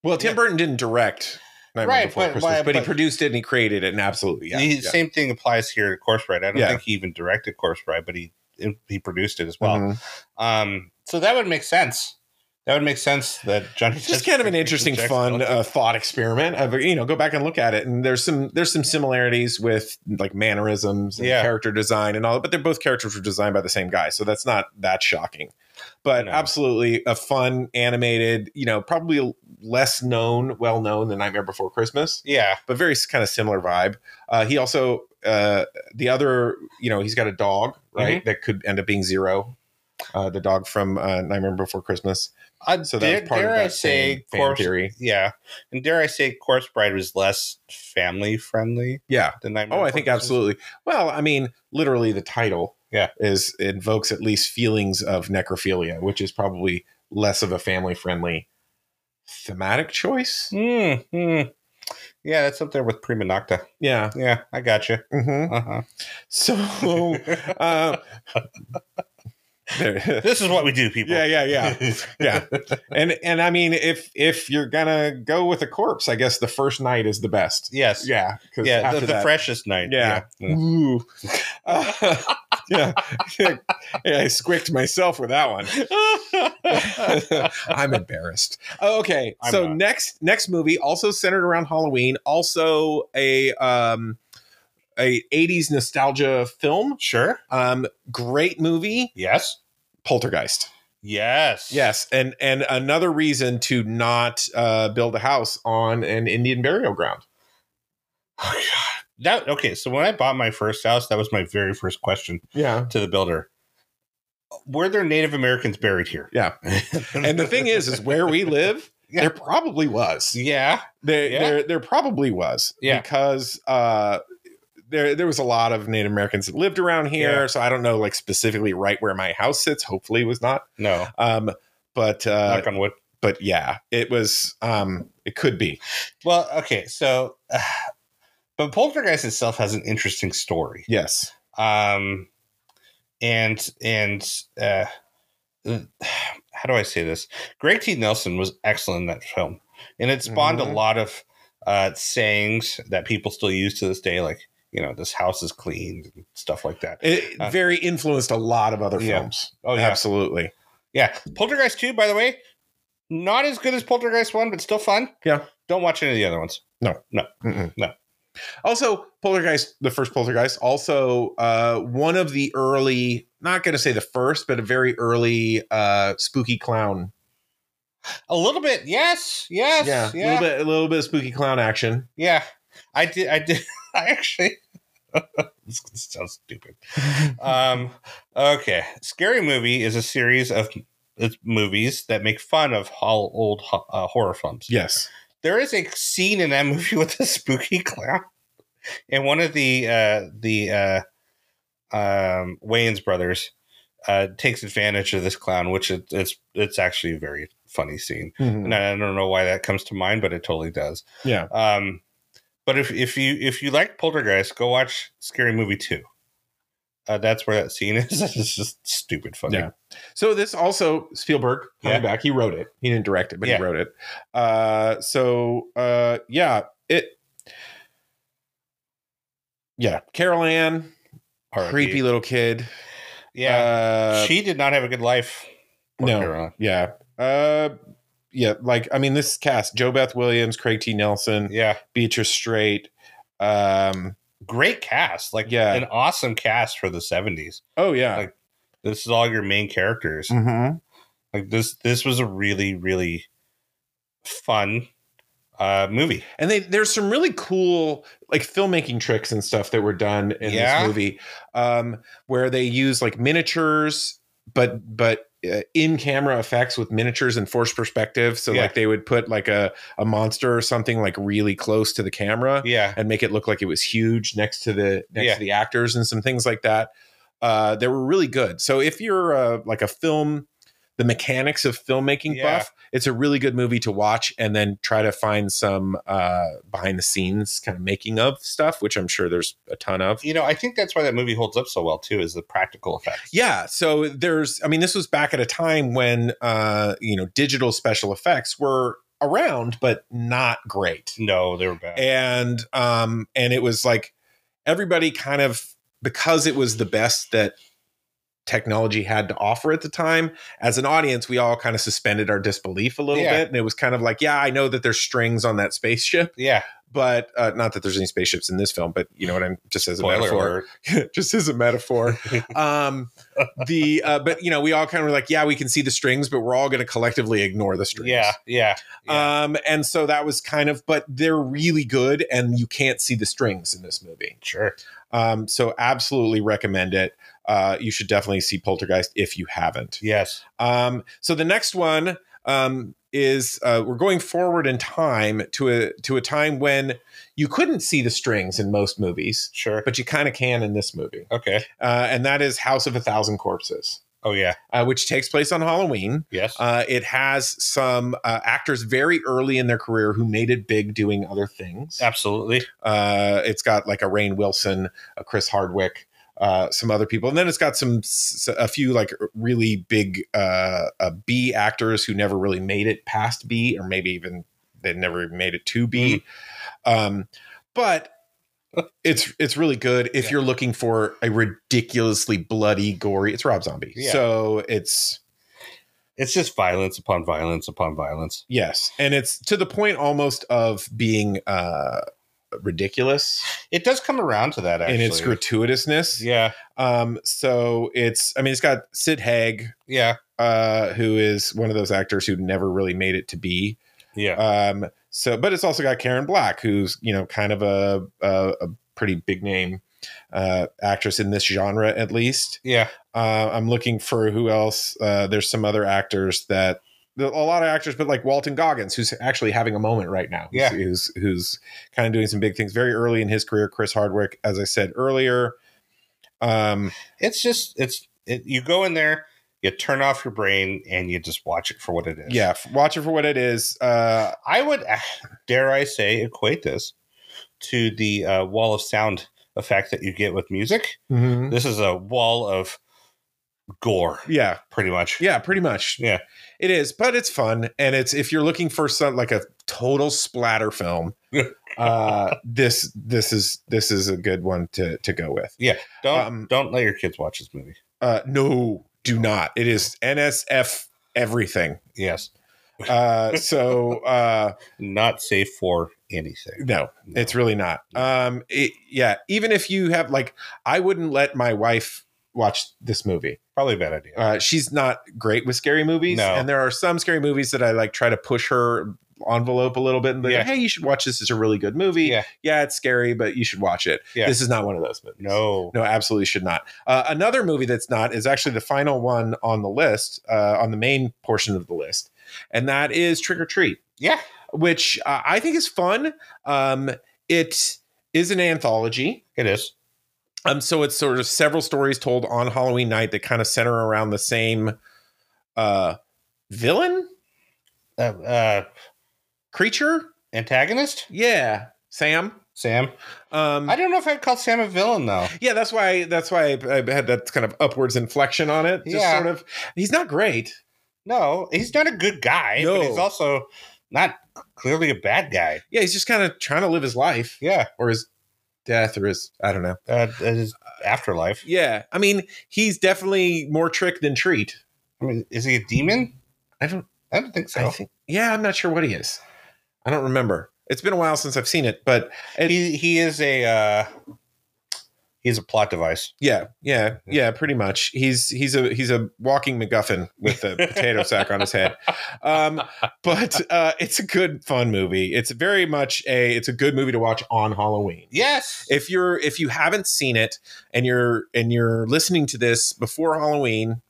Speaker 2: Well, Tim
Speaker 3: Yeah.
Speaker 2: Burton didn't direct Nightmare
Speaker 3: Right,
Speaker 2: Before
Speaker 3: but-
Speaker 2: Christmas,
Speaker 3: but-
Speaker 2: but, he
Speaker 3: but-
Speaker 2: produced it and he created it, and absolutely, yeah,
Speaker 3: the
Speaker 2: yeah.
Speaker 3: same thing applies here to Corpse Bride. I don't
Speaker 2: Yeah.
Speaker 3: think he even directed Corpse Bride, but he he produced it as well.
Speaker 2: Mhm.
Speaker 3: Um, so that would make sense. That would make sense that Johnny.
Speaker 2: It's just kind of an interesting, fun uh, thought experiment. Of you know, go back and look at it, and there's some there's some similarities with like mannerisms and
Speaker 3: Yeah.
Speaker 2: character design and all, that, but they're both characters were designed by the same guy, so that's not that shocking. But
Speaker 3: No.
Speaker 2: absolutely a fun animated, you know, probably less known, well known than Nightmare Before Christmas,
Speaker 3: yeah,
Speaker 2: but very kind of similar vibe. Uh, he also uh, the other, you know, he's got a dog right
Speaker 3: Mm-hmm.
Speaker 2: that could end up being zero. Uh, the dog from uh, Nightmare Before Christmas.
Speaker 3: I,
Speaker 2: So
Speaker 3: dare,
Speaker 2: that's part
Speaker 3: dare
Speaker 2: of that
Speaker 3: I say,
Speaker 2: same fan
Speaker 3: Corpse,
Speaker 2: theory.
Speaker 3: yeah, and dare I say, Corpse Bride was less family friendly
Speaker 2: Yeah.
Speaker 3: than Nightmare.
Speaker 2: Oh, I
Speaker 3: Before
Speaker 2: think
Speaker 3: Christmas.
Speaker 2: absolutely. Well, I mean, literally the title
Speaker 3: Yeah.
Speaker 2: is invokes at least feelings of necrophilia, which is probably less of a family friendly thematic choice.
Speaker 3: Mm, mm. Yeah, that's up there with Prima Nocta.
Speaker 2: Yeah.
Speaker 3: Yeah, I got you.
Speaker 2: hmm
Speaker 3: Uh-huh.
Speaker 2: So uh, there-
Speaker 3: This is what we do, people.
Speaker 2: yeah, yeah, yeah. Yeah. And and I mean if if you're gonna go with a corpse, I guess the first night is the best.
Speaker 3: yes. Yeah.
Speaker 2: Yeah. 'cause
Speaker 3: the,
Speaker 2: after
Speaker 3: the
Speaker 2: that-
Speaker 3: freshest night.
Speaker 2: Yeah.
Speaker 3: yeah.
Speaker 2: Ooh. Uh, yeah. yeah. I squicked myself with that one. I'm embarrassed. Oh, okay,
Speaker 3: I'm
Speaker 2: so
Speaker 3: not.
Speaker 2: next next movie also centered around Halloween, also a um a 80s nostalgia film.
Speaker 3: Sure.
Speaker 2: Um great movie,
Speaker 3: Yes.
Speaker 2: Poltergeist.
Speaker 3: Yes.
Speaker 2: Yes, and and another reason to not uh build a house on an Indian burial ground.
Speaker 3: Oh, God. That okay. So when I bought my first house, that was my very first question
Speaker 2: Yeah.
Speaker 3: to the builder: Were there Native Americans buried here?
Speaker 2: Yeah. And the thing is is where we live,
Speaker 3: Yeah.
Speaker 2: there probably was.
Speaker 3: yeah,
Speaker 2: There,
Speaker 3: Yeah.
Speaker 2: there, there probably was.
Speaker 3: Yeah.
Speaker 2: Because uh, there, there was a lot of Native Americans that lived around here.
Speaker 3: Yeah.
Speaker 2: So I don't know, like specifically right where my house sits. Hopefully, it was not.
Speaker 3: no,
Speaker 2: Um, but, uh,
Speaker 3: knock on wood.
Speaker 2: but yeah, it was. Um, it could be.
Speaker 3: Well, okay, so uh, but Poltergeist itself has an interesting story.
Speaker 2: Yes.
Speaker 3: um and and uh how do i say this greg t nelson was excellent in that film and it spawned
Speaker 2: Mhm.
Speaker 3: a lot of uh, sayings that people still use to this day, like you know, this house is clean and stuff like that.
Speaker 2: It
Speaker 3: Uh,
Speaker 2: very influenced a lot of other
Speaker 3: yeah.
Speaker 2: films.
Speaker 3: Oh yeah,
Speaker 2: Absolutely.
Speaker 3: yeah. Poltergeist two, by the way, not as good as Poltergeist one, but still fun.
Speaker 2: Yeah.
Speaker 3: Don't watch any of the other ones.
Speaker 2: Mm-mm.
Speaker 3: No.
Speaker 2: Also, Poltergeist, the first Poltergeist, also uh, one of the early, not going to say the first, but a very early uh, spooky clown.
Speaker 3: A little bit, yes, yes, yeah,
Speaker 2: a little bit, a little bit of spooky clown action.
Speaker 3: Yeah, I did. I did. I actually. this sounds stupid. um, okay, scary movie is a series of it's movies that make fun of ho- old ho- uh, horror films.
Speaker 2: Yes.
Speaker 3: There is a scene in that movie with a spooky clown, and one of the uh, the uh, um, Wayans brothers uh, takes advantage of this clown, which it, it's it's actually a very funny scene.
Speaker 2: Mm-hmm.
Speaker 3: And I don't know why that comes to mind, but it totally does.
Speaker 2: Yeah.
Speaker 3: Um, but if if you if you like Poltergeist, go watch Scary Movie Two. Uh, that's where that scene is. it's just stupid funny.
Speaker 2: Yeah. So this also Spielberg coming
Speaker 3: Yeah.
Speaker 2: back. He wrote it. He didn't direct it, but
Speaker 3: Yeah.
Speaker 2: he wrote it. Uh, so uh, yeah, it. Yeah, Carol Ann,
Speaker 3: R.I.P.
Speaker 2: creepy little kid.
Speaker 3: Yeah,
Speaker 2: Uh,
Speaker 3: she did not have a good life. Poor
Speaker 2: No.
Speaker 3: Caroline.
Speaker 2: yeah. Uh, yeah, like I mean, this cast: Joe Beth Williams, Craig T. Nelson,
Speaker 3: Yeah,
Speaker 2: Beatrice Straight. Um,
Speaker 3: great cast. Like,
Speaker 2: Yeah.
Speaker 3: an awesome cast for the seventies.
Speaker 2: oh yeah.
Speaker 3: Like- This is all your main characters.
Speaker 2: Mhm.
Speaker 3: Like this, this was a really, really fun uh movie.
Speaker 2: And they, there's some really cool like filmmaking tricks and stuff that were done in
Speaker 3: Yeah.
Speaker 2: this movie, um, where they use like miniatures, but but uh, in camera effects with miniatures and forced perspective. So
Speaker 3: Yeah.
Speaker 2: like they would put like a a monster or something like really close to the camera
Speaker 3: Yeah,
Speaker 2: and make it look like it was huge next to the next
Speaker 3: Yeah.
Speaker 2: to the actors and some things like that. Uh, they were really good. So if you're uh, like a film, the mechanics of filmmaking
Speaker 3: Yeah.
Speaker 2: buff, it's a really good movie to watch and then try to find some uh, behind the scenes kind of making of stuff, which I'm sure there's a ton of.
Speaker 3: you know, I think that's why that movie holds up so well too. Is the practical effects.
Speaker 2: Yeah, so there's I mean this was back at a time when uh you know digital special effects were around but not great.
Speaker 3: No, they were bad.
Speaker 2: and um and it was like everybody kind of because it was the best that technology had to offer at the time as an audience we all kind of suspended our disbelief a little
Speaker 3: Yeah.
Speaker 2: bit and it was kind of like yeah i know that there's strings on that spaceship
Speaker 3: yeah,
Speaker 2: but uh, not that there's any spaceships in this film but you know what i'm just as a
Speaker 3: spoiler
Speaker 2: metaphor
Speaker 3: alert.
Speaker 2: just as a metaphor. Um, the uh, but you know we all kind of were like, yeah, we can see the strings, but we're all going to collectively ignore the strings.
Speaker 3: Yeah, yeah, yeah.
Speaker 2: Um, and so that was kind of, but they're really good, and you can't see the strings in this movie.
Speaker 3: sure.
Speaker 2: Um, so absolutely recommend it. Uh, you should definitely see Poltergeist if you haven't.
Speaker 3: Yes.
Speaker 2: Um, so the next one um, is uh, we're going forward in time to a to a time when you couldn't see the strings in most movies,
Speaker 3: Sure.
Speaker 2: but you kind of can in this movie
Speaker 3: Okay.
Speaker 2: uh, and that is House of a Thousand Corpses,
Speaker 3: Oh yeah.
Speaker 2: uh, which takes place on Halloween.
Speaker 3: Yes.
Speaker 2: Uh, it has some uh, actors very early in their career who made it big doing other things.
Speaker 3: Absolutely.
Speaker 2: Uh, it's got like a Rain Wilson, a Chris Hardwick, uh, some other people, and then it's got some s- a few like really big uh, uh, B actors who never really made it past B, or maybe even they never even made it to B.
Speaker 3: Mm-hmm.
Speaker 2: Um, but it's it's really good if
Speaker 3: Yeah.
Speaker 2: you're looking for a ridiculously bloody, gory. It's Rob Zombie,
Speaker 3: Yeah.
Speaker 2: so it's
Speaker 3: It's just violence upon violence upon violence.
Speaker 2: yes, and it's to the point almost of being uh, ridiculous
Speaker 3: It does come around to that actually.
Speaker 2: in its gratuitousness.
Speaker 3: Yeah.
Speaker 2: Um, so it's, I mean, it's got Sid Haig,
Speaker 3: Yeah.
Speaker 2: uh, who is one of those actors who never really made it to be.
Speaker 3: Yeah.
Speaker 2: Um, so, but it's also got Karen Black, who's you know kind of a a, a pretty big name uh, actress in this genre, at least.
Speaker 3: yeah.
Speaker 2: Uh, I'm looking for who else. Uh, there's some other actors that there are a lot of actors, but like Walton Goggins, who's actually having a moment right now.
Speaker 3: Yeah.
Speaker 2: who's who's, who's kind of doing some big things very early in his career. Chris Hardwick, as I said earlier. Um,
Speaker 3: It's just it's it, you go in there, you turn off your brain and you just watch it for what it is.
Speaker 2: yeah f- watch it for what it is uh
Speaker 3: I would ah, dare I say equate this to the uh, Mm-hmm. wall of sound effect that you get with music. This is a wall of gore,
Speaker 2: Yeah,
Speaker 3: pretty much.
Speaker 2: yeah, pretty much.
Speaker 3: Yeah.
Speaker 2: it is, but it's fun, and it's if you're looking for some like a total splatter film, uh, this this is this is a good one to to go with.
Speaker 3: Don't
Speaker 2: Um,
Speaker 3: don't let your kids watch this movie.
Speaker 2: Uh, no, do not. It is NSF everything.
Speaker 3: Yes,
Speaker 2: Uh, so uh,
Speaker 3: not safe for anything.
Speaker 2: no,
Speaker 3: No.
Speaker 2: it's really not. Um, it, yeah, even if you have like, I wouldn't let my wife watch this movie.
Speaker 3: probably a bad idea.
Speaker 2: uh, she's not great with scary movies,
Speaker 3: No.
Speaker 2: and there are some scary movies that I like try to push her envelope a little bit and be
Speaker 3: Yeah.
Speaker 2: like, hey, you should watch this. It's a really good movie.
Speaker 3: Yeah.
Speaker 2: it's scary, but you should watch it.
Speaker 3: Yeah.
Speaker 2: This is not one of those movies.
Speaker 3: no,
Speaker 2: No, absolutely should not. Uh, another movie that's not is actually the final one on the list, uh, on the main portion of the list, and that is Trick or Treat
Speaker 3: yeah,
Speaker 2: which uh, I think is fun. Um, it is an anthology.
Speaker 3: it is.
Speaker 2: Um, so it's sort of several stories told on Halloween night that kind of center around the same uh, villain
Speaker 3: Uh, uh,
Speaker 2: creature.
Speaker 3: antagonist
Speaker 2: Yeah, Sam.
Speaker 3: Sam.
Speaker 2: Um,
Speaker 3: I don't know if I'd call Sam a villain though.
Speaker 2: yeah, that's why. That's why I, I had that kind of upwards inflection on it. Just
Speaker 3: Yeah.
Speaker 2: sort of. He's not great.
Speaker 3: No, he's not a good guy,
Speaker 2: No.
Speaker 3: but he's also not clearly a bad guy.
Speaker 2: Yeah, he's just kind of trying to live his life
Speaker 3: Yeah,
Speaker 2: or his death or his I don't know.
Speaker 3: uh, that is afterlife.
Speaker 2: Yeah, I mean he's definitely more trick than treat.
Speaker 3: I mean, is he a demon?
Speaker 2: I don't.
Speaker 3: I don't think so.
Speaker 2: I think, yeah, I'm not sure what he is. I don't remember. It's been a while since I've seen it, but it-
Speaker 3: he he is a uh, he's a plot device.
Speaker 2: yeah, yeah, yeah, pretty much. He's he's a he's a walking MacGuffin with a potato sack on his head. Um, but uh, it's a good fun movie. It's very much a it's a good movie to watch on Halloween.
Speaker 3: Yes.
Speaker 2: If you're if you haven't seen it and you're and you're listening to this before Halloween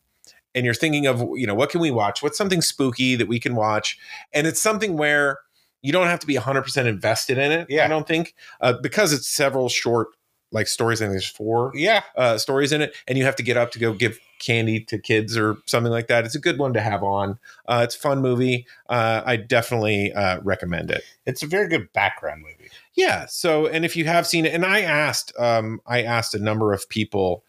Speaker 2: and you're thinking of you know what can we watch? What's something spooky that we can watch? And it's something where you don't have to be 100% invested in it.
Speaker 3: Yeah.
Speaker 2: I don't think uh, because it's several short like stories. I think there's four
Speaker 3: yeah.
Speaker 2: uh, stories in it, and you have to get up to go give candy to kids or something like that. It's a good one to have on. Uh, it's a fun movie. Uh, I definitely uh, recommend it.
Speaker 3: It's a very good background movie.
Speaker 2: Yeah. So, and if you have seen it, and I asked, um, I asked a number of people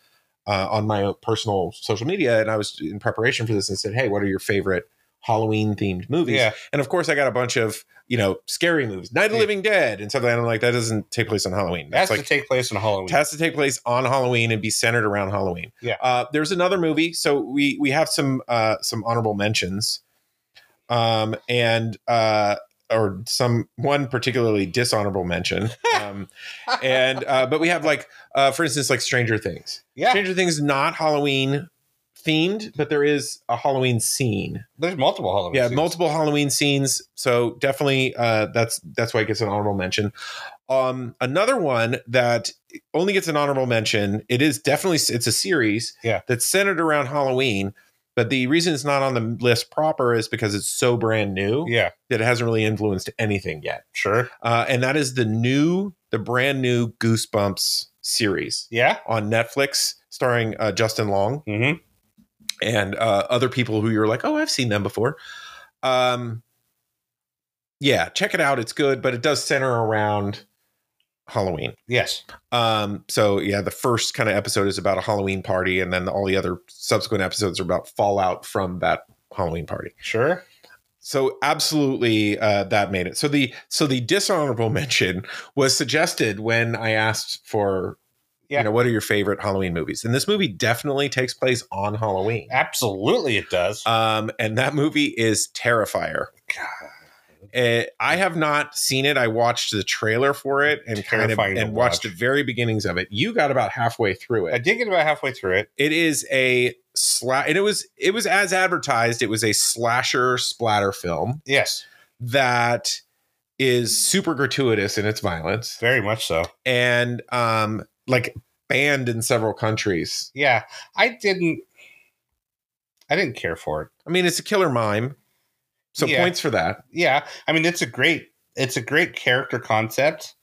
Speaker 2: uh, on my own personal social media, and I was in preparation for this and said, "Hey, what are your favorite Halloween themed movies?"
Speaker 3: Yeah.
Speaker 2: And of course, I got a bunch of you know scary movies, Night of the
Speaker 3: Yeah.
Speaker 2: Living Dead, and stuff like that. I'm like, that doesn't take place on Halloween.
Speaker 3: It
Speaker 2: That's
Speaker 3: has to
Speaker 2: like
Speaker 3: take place on Halloween.
Speaker 2: it has to take place on Halloween and be centered around Halloween.
Speaker 3: Yeah.
Speaker 2: Uh, there's another movie, so we we have some uh, some honorable mentions, um, and uh, or some one particularly dishonorable mention, um, and uh, but we have like uh, for instance like Stranger Things.
Speaker 3: yeah.
Speaker 2: Stranger Things is not Halloween themed, but there is a Halloween scene.
Speaker 3: There's multiple Halloween.
Speaker 2: yeah,
Speaker 3: scenes.
Speaker 2: multiple Halloween scenes. So definitely, uh, that's that's why it gets an honorable mention. Um, another one that only gets an honorable mention. It is definitely it's a series.
Speaker 3: Yeah.
Speaker 2: that's centered around Halloween. But the reason it's not on the list proper is because it's so brand new
Speaker 3: Yeah.
Speaker 2: that it hasn't really influenced anything yet.
Speaker 3: Sure.
Speaker 2: Uh, and that is the new, the brand new Goosebumps series
Speaker 3: Yeah.
Speaker 2: on Netflix, starring uh, Justin Long
Speaker 3: Mm-hmm.
Speaker 2: and uh, other people who you're like, oh, I've seen them before. Um, yeah, check it out. It's good, but it does center around Halloween.
Speaker 3: Yes.
Speaker 2: Um, so yeah, the first kind of episode is about a Halloween party, and then all the other subsequent episodes are about fallout from that Halloween party.
Speaker 3: Sure.
Speaker 2: So absolutely, uh, that made it. So the so the dishonorable mention was suggested when I asked for.
Speaker 3: Yeah.
Speaker 2: You know, what are your favorite Halloween movies? And this movie definitely takes place on Halloween.
Speaker 3: Absolutely, it does.
Speaker 2: Um, and that movie is Terrifier. Eh, I have not seen it. I watched the trailer for it and kind of
Speaker 3: Terrifying to
Speaker 2: and watched
Speaker 3: watch.
Speaker 2: the very beginnings of it. You got about halfway through
Speaker 3: I
Speaker 2: it.
Speaker 3: did get about halfway through it.
Speaker 2: It is a slash, and it was it was as advertised. It was a slasher splatter film
Speaker 3: Yes.
Speaker 2: that is super gratuitous in its violence
Speaker 3: Very much so.
Speaker 2: and um like banned in several countries.
Speaker 3: Yeah. I didn't. I didn't care for it.
Speaker 2: I mean, it's a killer mime, so
Speaker 3: Yeah.
Speaker 2: points for that.
Speaker 3: yeah i mean it's a great it's a great character concept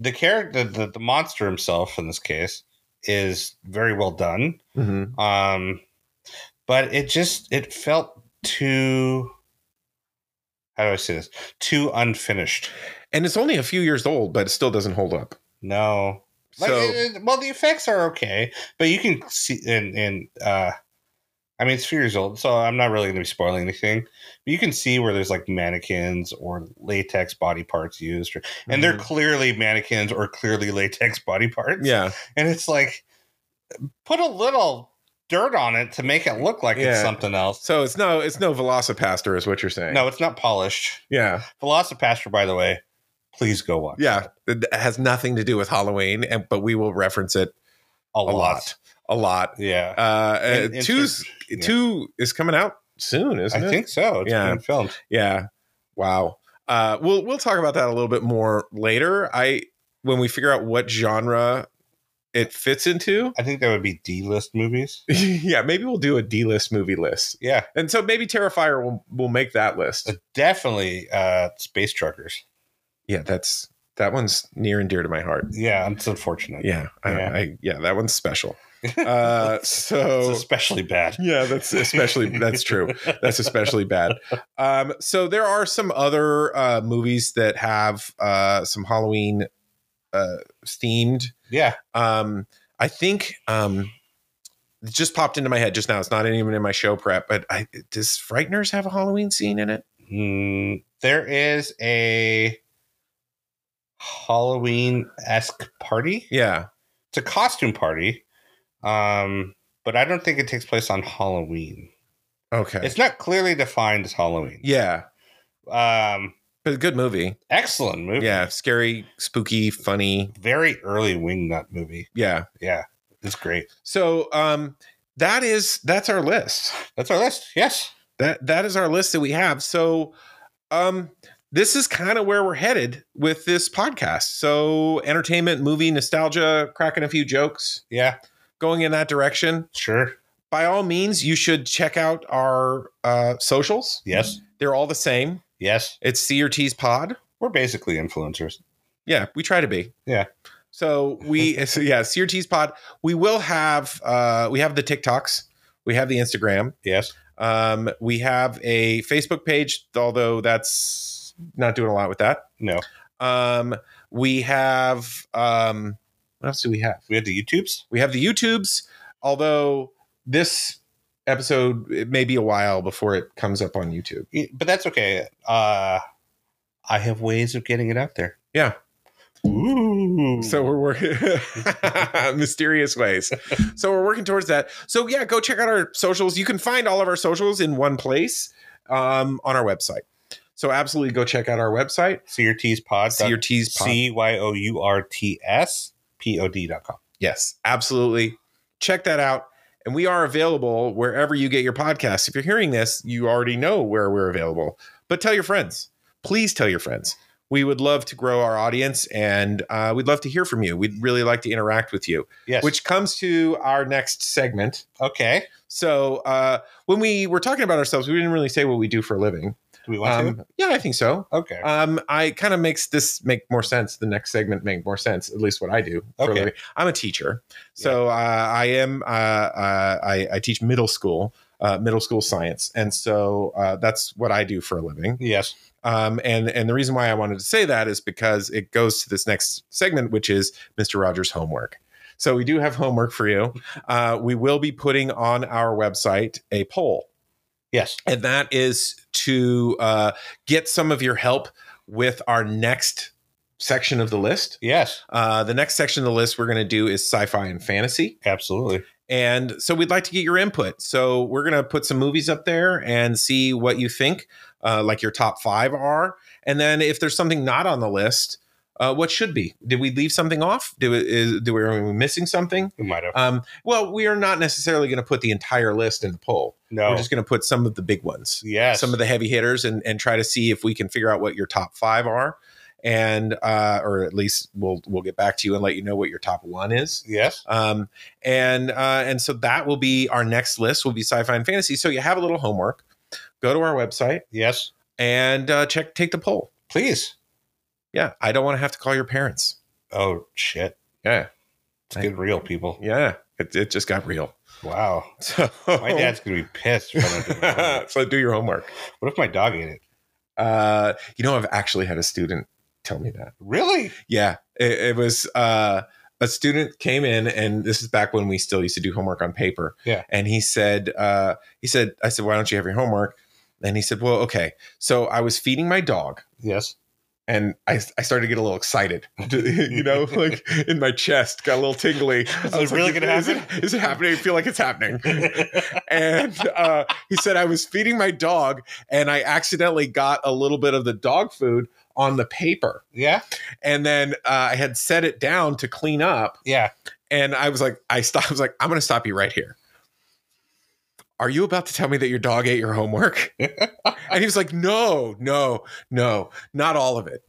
Speaker 3: the character the, the monster himself in this case is very well done
Speaker 2: Mm-hmm.
Speaker 3: um but it just it felt too how do i say this too unfinished
Speaker 2: and it's only a few years old, but it still doesn't hold up.
Speaker 3: no like,
Speaker 2: so
Speaker 3: it- it- well the effects are okay but you can see and and uh I mean, it's few years old, so I'm not really going to be spoiling anything. But you can see where there's like mannequins or latex body parts used, or, and they're
Speaker 2: Mhm.
Speaker 3: clearly mannequins or clearly latex body parts.
Speaker 2: yeah,
Speaker 3: and it's like put a little dirt on it to make it look like it's
Speaker 2: Yeah.
Speaker 3: something else.
Speaker 2: so it's no it's no Velocipaster is what you're saying.
Speaker 3: No, it's not polished.
Speaker 2: yeah,
Speaker 3: Velocipaster, by the way, please go watch.
Speaker 2: yeah, it has nothing to do with Halloween, and but we will reference it a
Speaker 3: a, lot.
Speaker 2: lot, a lot.
Speaker 3: Yeah,
Speaker 2: Uh, uh
Speaker 3: And- and
Speaker 2: two's
Speaker 3: yeah.
Speaker 2: two is coming out soon, isn't
Speaker 3: I
Speaker 2: it?
Speaker 3: think so. It's
Speaker 2: Yeah.
Speaker 3: being filmed.
Speaker 2: Yeah. Wow. Uh, we'll we'll talk about that a little bit more later. I when we figure out what genre it fits into.
Speaker 3: I think that would be D list movies.
Speaker 2: yeah, maybe we'll do a D list movie list,
Speaker 3: Yeah,
Speaker 2: and so maybe Terrifier will will make that list.
Speaker 3: definitely uh, space truckers.
Speaker 2: Yeah, that's that one's near and dear to my heart.
Speaker 3: Yeah, it's unfortunate.
Speaker 2: Yeah, I,
Speaker 3: Yeah.
Speaker 2: I, yeah that one's special. Uh,
Speaker 3: it's
Speaker 2: so
Speaker 3: especially bad.
Speaker 2: yeah, that's especially that's true. That's especially bad. Um, so there are some other uh, movies that have uh, some Halloween uh, themed
Speaker 3: Yeah,
Speaker 2: um i think um it just popped into my head just now it's not even in my show prep but i does frighteners have a halloween scene in it
Speaker 3: Mm, there is a Halloween esque party.
Speaker 2: yeah
Speaker 3: it's a costume party um but i don't think it takes place on halloween
Speaker 2: okay
Speaker 3: it's not clearly defined as halloween
Speaker 2: yeah
Speaker 3: um
Speaker 2: but a good movie
Speaker 3: excellent movie
Speaker 2: yeah scary spooky funny
Speaker 3: very early wingnut movie
Speaker 2: yeah
Speaker 3: yeah it's great
Speaker 2: so um that is that's our list
Speaker 3: that's our list yes
Speaker 2: that that is our list that we have so um this is kind of where we're headed with this podcast so entertainment movie nostalgia cracking a few jokes
Speaker 3: yeah
Speaker 2: going in that direction
Speaker 3: sure
Speaker 2: by all means, you should check out our uh, socials.
Speaker 3: yes
Speaker 2: They're all the same.
Speaker 3: yes
Speaker 2: It's CRT's pod.
Speaker 3: we're basically influencers
Speaker 2: Yeah, we try to be.
Speaker 3: Yeah.
Speaker 2: So we so yeah, CRT's pod. We will have uh we have the TikToks. We have the Instagram.
Speaker 3: yes
Speaker 2: Um we have a Facebook page, although that's not doing a lot with that.
Speaker 3: no
Speaker 2: Um we have um what else do we have?
Speaker 3: we had the youtubes
Speaker 2: We have the YouTubes, although this episode it may be a while before it comes up on YouTube.
Speaker 3: Y- but that's okay uh i have ways of getting it out there
Speaker 2: Yeah.
Speaker 3: Ooh.
Speaker 2: So we're working mysterious ways. So we're working towards that. So yeah, go check out our socials. You can find all of our socials in one place um, on our website. So absolutely go check out our website.
Speaker 3: crt's pod
Speaker 2: See your T's pod.
Speaker 3: C Y O U R T S P O D dot com.
Speaker 2: Yes, absolutely. Check that out. And we are available wherever you get your podcasts. If you're hearing this, you already know where we're available. But tell your friends. Please tell your friends. We would love to grow our audience and uh, we'd love to hear from you. We'd really like to interact with you,
Speaker 3: Yes.
Speaker 2: which comes to our next segment.
Speaker 3: okay.
Speaker 2: So, uh, when we were talking about ourselves, we didn't really say what we do for a living.
Speaker 3: Do we want
Speaker 2: Um, yeah, I think so.
Speaker 3: to? Okay.
Speaker 2: Um, I kind of makes this make more sense. The next segment make more sense. At least what I do. for a
Speaker 3: Okay.
Speaker 2: living. I'm a teacher, so uh, I am. Uh, uh, I, I teach middle school, uh, middle school science, and so uh, that's what I do for a living.
Speaker 3: yes.
Speaker 2: Um, and and the reason why I wanted to say that is because it goes to this next segment, which is Mr. Rogers' homework. So we do have homework for you. Uh, we will be putting on our website a poll
Speaker 3: Yes.
Speaker 2: and that is to uh, get some of your help with our next section of the list.
Speaker 3: Yes.
Speaker 2: Uh, the next section of the list we're going to do is sci-fi and fantasy,
Speaker 3: Absolutely.
Speaker 2: and so we'd like to get your input. So we're going to put some movies up there and see what you think, uh, like your top five are, and then if there's something not on the list. Uh, what should be? Did we leave something off? Do we, is, do we, are we missing something?
Speaker 3: We might have.
Speaker 2: Um, well, we are not necessarily going to put the entire list in the poll.
Speaker 3: no.
Speaker 2: We're just going to put some of the big ones
Speaker 3: yes.
Speaker 2: some of the heavy hitters and and try to see if we can figure out what your top five are and uh or at least we'll we'll get back to you and let you know what your top one is
Speaker 3: yes.
Speaker 2: um and uh and so that will be our next list will be sci-fi and fantasy so you have a little homework go to our website
Speaker 3: Yes.
Speaker 2: and uh check take the poll
Speaker 3: Please.
Speaker 2: yeah i don't want to have to call your parents
Speaker 3: Oh shit.
Speaker 2: yeah
Speaker 3: It's getting real, people.
Speaker 2: yeah it, it just got real
Speaker 3: Wow.
Speaker 2: so
Speaker 3: My dad's gonna be pissed. If I don't do my homework.
Speaker 2: so do your homework
Speaker 3: what if my dog ate it?
Speaker 2: uh you know i've actually had a student tell me that
Speaker 3: Really?
Speaker 2: Yeah, it, it was. Uh, a student came in, and this is back when we still used to do homework on paper.
Speaker 3: Yeah.
Speaker 2: And he said, uh, he said, I said, why don't you have your homework? And he said, well, okay. So I was feeding my dog,
Speaker 3: Yes.
Speaker 2: and I, I started to get a little excited, you know, like in my chest, got a little tingly.
Speaker 3: Is
Speaker 2: I
Speaker 3: it
Speaker 2: was
Speaker 3: really
Speaker 2: like,
Speaker 3: gonna
Speaker 2: is It, is it happening? I feel like it's happening. and uh, he said I was feeding my dog, and I accidentally got a little bit of the dog food on the paper,
Speaker 3: yeah.
Speaker 2: and then uh, I had set it down to clean up,
Speaker 3: Yeah.
Speaker 2: and I was like, I stopped. I was like, I'm going to stop you right here. Are you about to tell me that your dog ate your homework? and he was like, No, no, no, not all of it.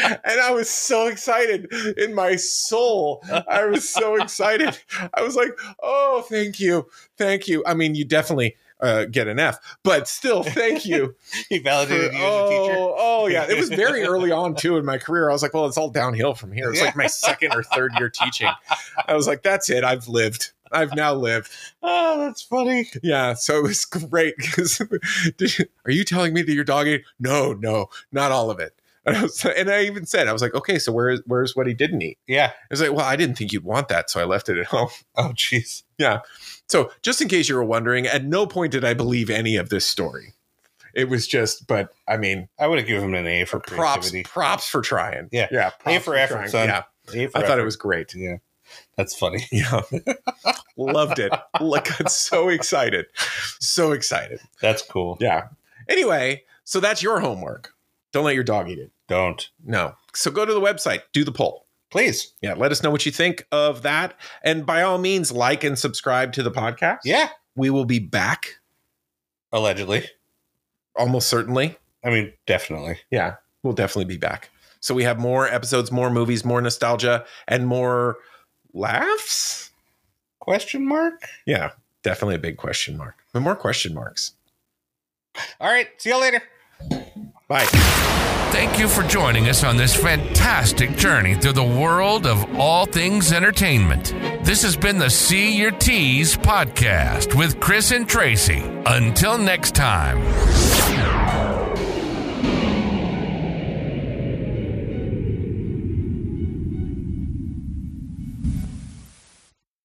Speaker 2: And I was so excited in my soul. I was so excited. I was like, oh, thank you. Thank you. I mean, you definitely uh, get an F, but still, thank you.
Speaker 3: he
Speaker 2: for-
Speaker 3: validated you as a teacher.
Speaker 2: oh, oh, yeah. It was very early on, too, in my career. I was like, well, it's all downhill from here. It's like my second or third year teaching. I was like, that's it. I've lived. I've now lived.
Speaker 3: Oh, that's funny.
Speaker 2: Yeah. So it was great. 'cause- did you- are you telling me that your dog ate? No, no, not all of it. And I, was, and I even said, I was like, okay, so where, where's what he didn't eat?
Speaker 3: Yeah.
Speaker 2: I was like, well, I didn't think you'd want that, so I left it at home.
Speaker 3: Oh, jeez.
Speaker 2: So, just in case you were wondering, at no point did I believe any of this story. It was just, but I mean,
Speaker 3: I would have given him an A for
Speaker 2: props,
Speaker 3: creativity.
Speaker 2: props for trying.
Speaker 3: Yeah.
Speaker 2: yeah, props
Speaker 3: for effort, son.
Speaker 2: Yeah,
Speaker 3: A for
Speaker 2: I thought
Speaker 3: effort.
Speaker 2: it was great.
Speaker 3: Yeah. That's funny.
Speaker 2: Yeah, loved it. Like, got so excited, so excited.
Speaker 3: That's cool.
Speaker 2: Yeah. Anyway, so that's your homework. Don't let your dog eat it.
Speaker 3: Don't.
Speaker 2: No. So go to the website, do the poll.
Speaker 3: Please.
Speaker 2: Yeah, let us know what you think of that, and by all means, like and subscribe to the podcast.
Speaker 3: Yeah.
Speaker 2: we will be back
Speaker 3: Allegedly.
Speaker 2: almost certainly.
Speaker 3: I mean, definitely.
Speaker 2: Yeah, we'll definitely be back. So we have more episodes, more movies, more nostalgia, and more laughs.
Speaker 3: Question mark?
Speaker 2: Yeah, definitely a big question mark, but more question marks.
Speaker 3: All right. See you later.
Speaker 2: Bye.
Speaker 1: Thank you for joining us on this fantastic journey through the world of all things entertainment. This has been the See Your Tees podcast with Chris and Tracy. Until next time.